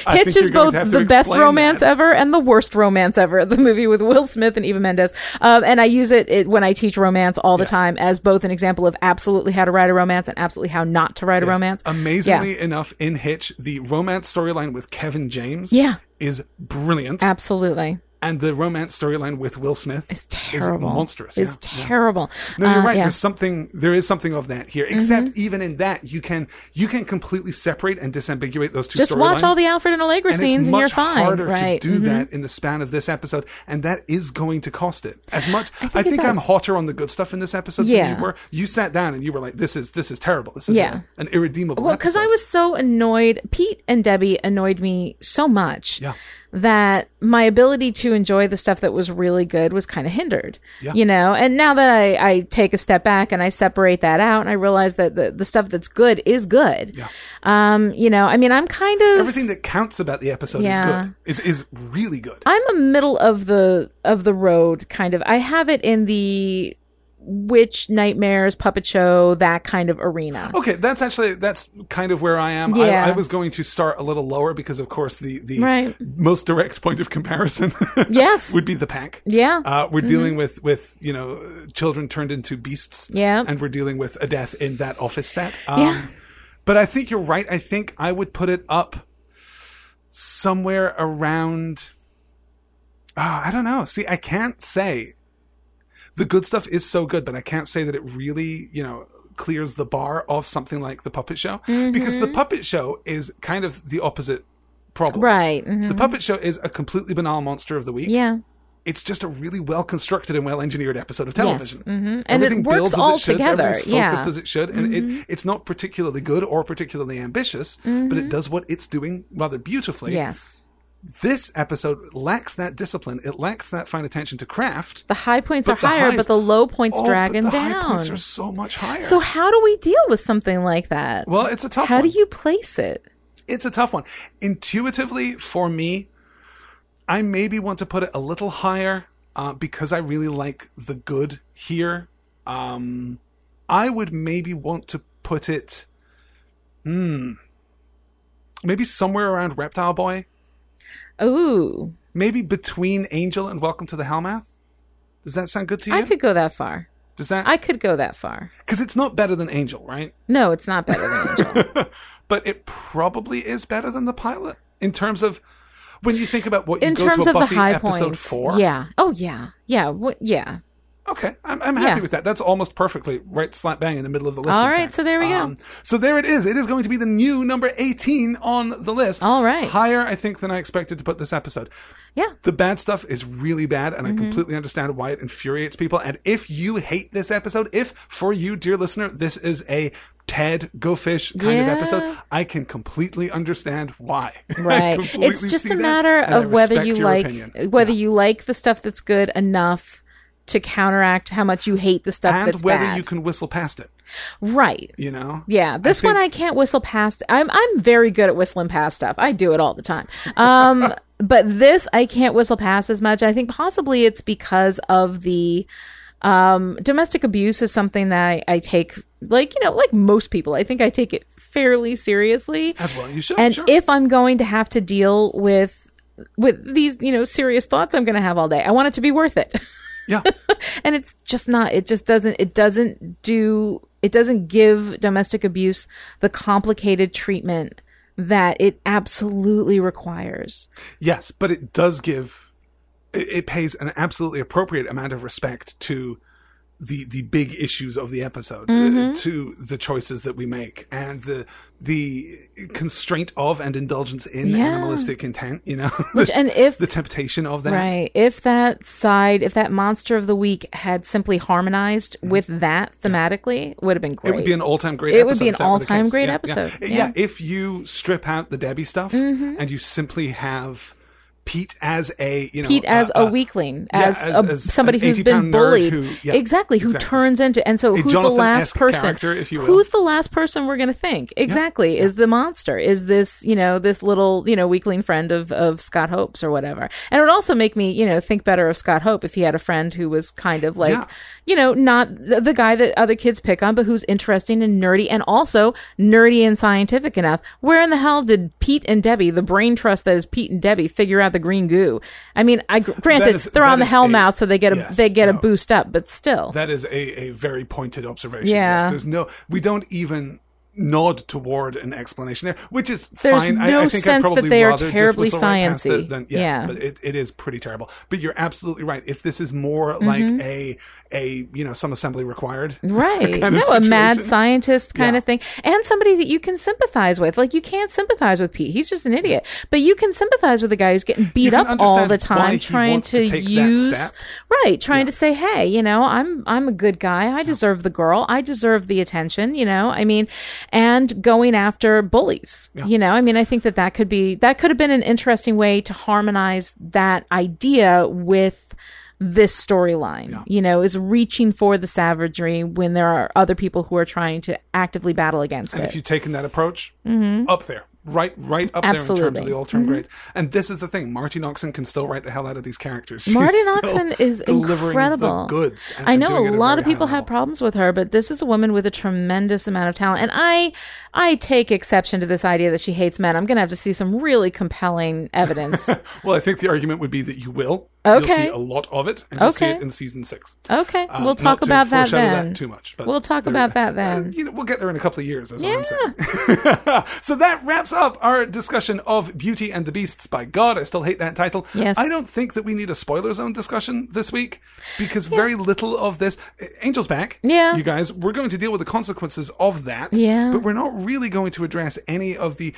I think
Hitch is
you're going
both
to have to
the best
explain
romance
that.
ever and the worst romance ever. The movie with Will Smith and Eva Mendes, um, and I use it, it when I teach romance all the
Yes.
time as both an example of absolutely how to write a romance and absolutely how not to write a romance.
Amazingly
yeah,
enough, in Hitch, the romance storyline with Kevin James
Yeah.
is brilliant.
absolutely,
and the romance storyline with Will Smith
it's terrible,
is monstrous.
it's
yeah.
terrible.
No, you're
Uh,
right.
yeah. Mm-hmm.
There's something. There is something of that here. Except even in that, you can you can completely separate and disambiguate those two.
Just watch
storylines,
all the Alfred and Allegra
and
scenes,
it's
and
much
you're fine.
Harder
right? Mm-hmm.
to do that in the span of this episode, and that is going to cost it as much. I
think
think,
it
I'm
does.
hotter on the good stuff in this episode than
Yeah.
you were. You sat down and you were like, "This is this is terrible. This is
Yeah.
a- an irredeemable."
Well, because I
episode."
was so annoyed. Pete and Debbie annoyed me so much
Yeah.
that my ability to enjoy the stuff that was really good was kind of hindered.
Yeah.
You know, and now that I, I take a step back and I separate that out and I realize that the, the stuff that's good is good.
Yeah.
Um, you know, I mean, I'm kind of.
everything that counts about the episode
Yeah.
is good. Is is really good.
I'm a middle of the of the road kind of. I have it in the witch nightmares puppet show that kind of arena.
Okay, that's actually that's kind of where I am.
Yeah.
I, I was going to start a little lower because, of course, the the
Right.
most direct point of comparison
Yes.
would be the pack.
Yeah. Mm-hmm.
uh, we're dealing with with you know children turned into beasts.
Yeah.
and we're dealing with a death in that office set. Um,
Yeah.
but I think you're right. I think I would put it up somewhere around. Ah, I don't know. See, I can't say the good stuff is so good, but I can't say that it really, you know, clears the bar of something like the puppet show because
Mm-hmm.
the puppet show is kind of the opposite problem.
right. mhm.
The puppet show is a completely banal monster of the week.
Yeah.
It's just a really well constructed and well engineered episode of television.
hmm And
Everything
it works
builds
all
as it should,
together.
everything's
Yeah. Mm-hmm.
focused as it should, and it, it's not particularly good or particularly ambitious, but
Mm-hmm.
it does what it's doing rather beautifully.
yes.
This episode lacks that discipline. It lacks that fine attention to craft.
The high points
But
are
the
higher,
highs-
but the low points
Oh,
drag him
but the high
down.
points are so much higher.
so how do we deal with something like that?
well, it's a tough
how
one.
do you place it?
it's a tough one. Intuitively, for me, I maybe want to put it a little higher uh, because I really like the good here. Um, I would maybe want to put it, hmm, maybe somewhere around Reptile Boy,
Ooh,
maybe between Angel and Welcome to the Hellmouth. Does that sound good to you?
I could go that far.
Does that
I could go that far.
because it's not better than Angel, right?
No, it's not better than Angel.
But it probably is better than the pilot in terms of when you think about what you
In
go
terms
to a
of the
Buffy
high
episode
points,
four.
yeah. Oh yeah, yeah, wh- yeah.
Okay, I'm, I'm happy
Yeah.
with that. That's almost perfectly right slap bang in the middle of the list.
All
in fact.
right,
Um,
so there we go.
so there it is. It is going to be the new number 18 on the list.
All right.
Higher, I think, than I expected to put this episode.
Yeah. Mm-hmm.
The bad stuff is really bad, and I completely understand why it infuriates people. And if you hate this episode, if for you, dear listener, this is a Ted Go Fish kind
Yeah.
of episode, I can completely understand why. I
Right.
completely
It's just
see
a
that,
matter
and I
of whether
respect
you
your
like
opinion.
whether you like the stuff that's good enough to counteract how much you hate the stuff
and
that's
whether
bad.
you can whistle past it.
right.
You know.
Yeah, this
think-
one I can't whistle past. I'm I'm very good at whistling past stuff. I do it all the time. Um, but this I can't whistle past as much. I think possibly it's because of the um, domestic abuse is something that I, I take like you know like most people. I think I take it fairly seriously.
As well, you should.
And
sure.
if I'm going to have to deal with with these you know serious thoughts I'm going to have all day, I want it to be worth it.
yeah,
and it's just not it just doesn't it doesn't do it doesn't give domestic abuse the complicated treatment that it absolutely requires
yes, but it does give. It, it pays an absolutely appropriate amount of respect to the the big issues of the episode, uh,
Mm-hmm.
to the choices that we make, and the the constraint of and indulgence in
Yeah.
animalistic intent. You know, The-
and if-
the temptation of that.
right if that side if that monster of the week had simply harmonized with that thematically would have been great
Mm-hmm. It would be an all-time great.
It
episode
would be
if
an
that were the
all-time
case.
great
Yeah,
episode,
Yeah.
yeah. Mm-hmm.
Yeah, if you strip out the Debbie stuff and you simply have Pete as a you know
Pete as
uh,
a
uh,
weakling,
yeah,
as,
as-
a,
as
somebody
an
who's
80-pound
been
nerd
bullied,
who- yeah,
exactly, who
exactly.
turns into, and so who's the
Jonathan-esque
last person?
character, if you will.
Who's the last person we're going to think? Exactly, is the monster? Is this you know this little you know weakling friend of of Scott Hope's or whatever? And it would also make me you know think better of Scott Hope if he had a friend who was kind of like
Yeah.
you know not the, the guy that other kids pick on, but who's interesting and nerdy and also nerdy and scientific enough. Where in the hell did Pete and Debbie, the brain trust that is Pete and Debbie, figure out the green goo? I mean, I gr- granted
That is-
they're
that
on the
is
hell
a-
mouth, so they get a
yes,
they get a
no.
boost up, but still,
That is a, a very pointed observation.
Yeah.
Yes, there's no. We don't even nod toward an explanation there, which is
There's
fine.
no
I, I think
sense
I
that
probably
they are
rather just
terribly
whistle right past
science-y.
it than- yes,
Yeah.
but it, it is pretty terrible. But you're absolutely right. If this is more
Mm-hmm.
like a a you know some assembly required,
right?
kind of
no, a mad
situation.
scientist kind
Yeah.
of thing, and somebody that you can sympathize with. Like you can't sympathize with Pete; he's just an idiot. But you can sympathize with a guy who's getting beat
can
up all
understand
the
why
time,
he
trying
wants to take that
use
step.
right, trying to say, "Hey, you know, I'm I'm a good guy. I deserve the girl. I deserve the attention." You know, I mean, and going after bullies. You know, I mean, I think that that could be that could have been an interesting way to harmonize that idea with this storyline you know is reaching for the savagery when there are other people who are trying to actively battle against
And
it
if you've taken that approach, up there, right, right up there in terms of
Mm-hmm. Absolutely. Mm-hmm.
the all-time greats. And this is the thing: Martin Oxen can still write the hell out of these characters. She's
Martin
still
Oxen is
delivering
incredible.
The goods. and-
I
and
know
doing it
a
at
lot
very
of people
high
have
level.
problems with her, but this is a woman with a tremendous amount of talent, and I, I take exception to this idea that she hates men. I'm going to have to see some really compelling evidence.
Well, I think the argument would be that you will. You'll
Okay.
see a lot of it, and you'll see
Okay.
it in season six.
okay,
Um,
we'll
not
talk
to
about that
foreshadow
then.
too much. But
We'll talk
there-
about that
uh,
then.
you know, we'll get there in a couple of years. Is what I'm saying. so that wraps up our discussion of Beauty and the Beasts. By God, I still hate that title.
Yes.
I don't think that we need a spoiler zone discussion this week because very little of this. Angel's back.
Yeah.
You guys, we're going to deal with the consequences of that.
Yeah.
But we're not really going to address any of the.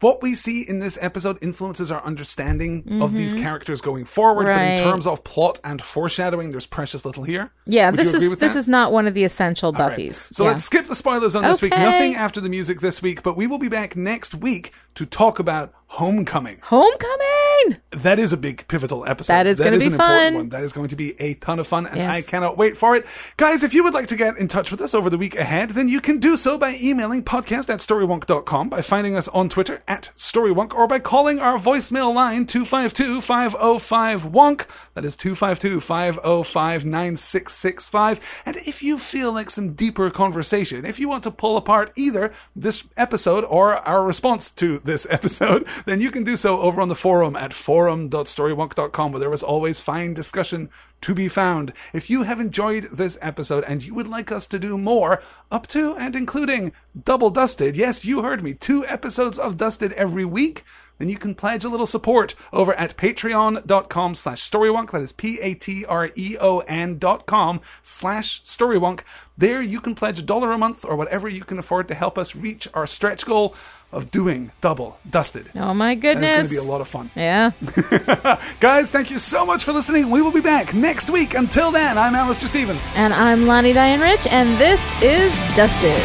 What we see in this episode influences our understanding of these characters going forward, but in
Mm-hmm. Right.
terms of plot and foreshadowing, there's precious little here.
yeah,
Would
this
you agree
is
with
this
that?
is not one of the essential
All right.
Buffys.
So
Yeah.
let's skip the spoilers on this week.
Okay.
Nothing after the music this week, but we will be back next week to talk about Homecoming.
homecoming.
That is a big pivotal episode.
That is gonna be
an important
fun.
One. That is going to be a ton of fun, and
Yes.
I cannot wait for it. Guys, if you would like to get in touch with us over the week ahead, then you can do so by emailing podcast at storywonk.com, by finding us on Twitter at storywonk, or by calling our voicemail line 252 505 wonk. That is 252 505 9665. And if you feel like some deeper conversation, if you want to pull apart either this episode or our response to this episode, then you can do so over on the forum at forum.storywonk.com, where there is always fine discussion to be found. If you have enjoyed this episode and you would like us to do more, up to and including Double Dusted, yes, you heard me, two episodes of Dusted every week, then you can pledge a little support over at patreon.com slash storywonk. That is P-A-T-R-E-O-N E dot com slash storywonk. There you can pledge a dollar a month or whatever you can afford to help us reach our stretch goal of doing double dusted.
Oh my
And it's
goodness.
going to be a lot of fun.
yeah.
Guys, thank you so much for listening. We will be back next week. Until then, I'm Alistair Stevens.
and I'm Lonnie Diane Rich, and this is Dusted.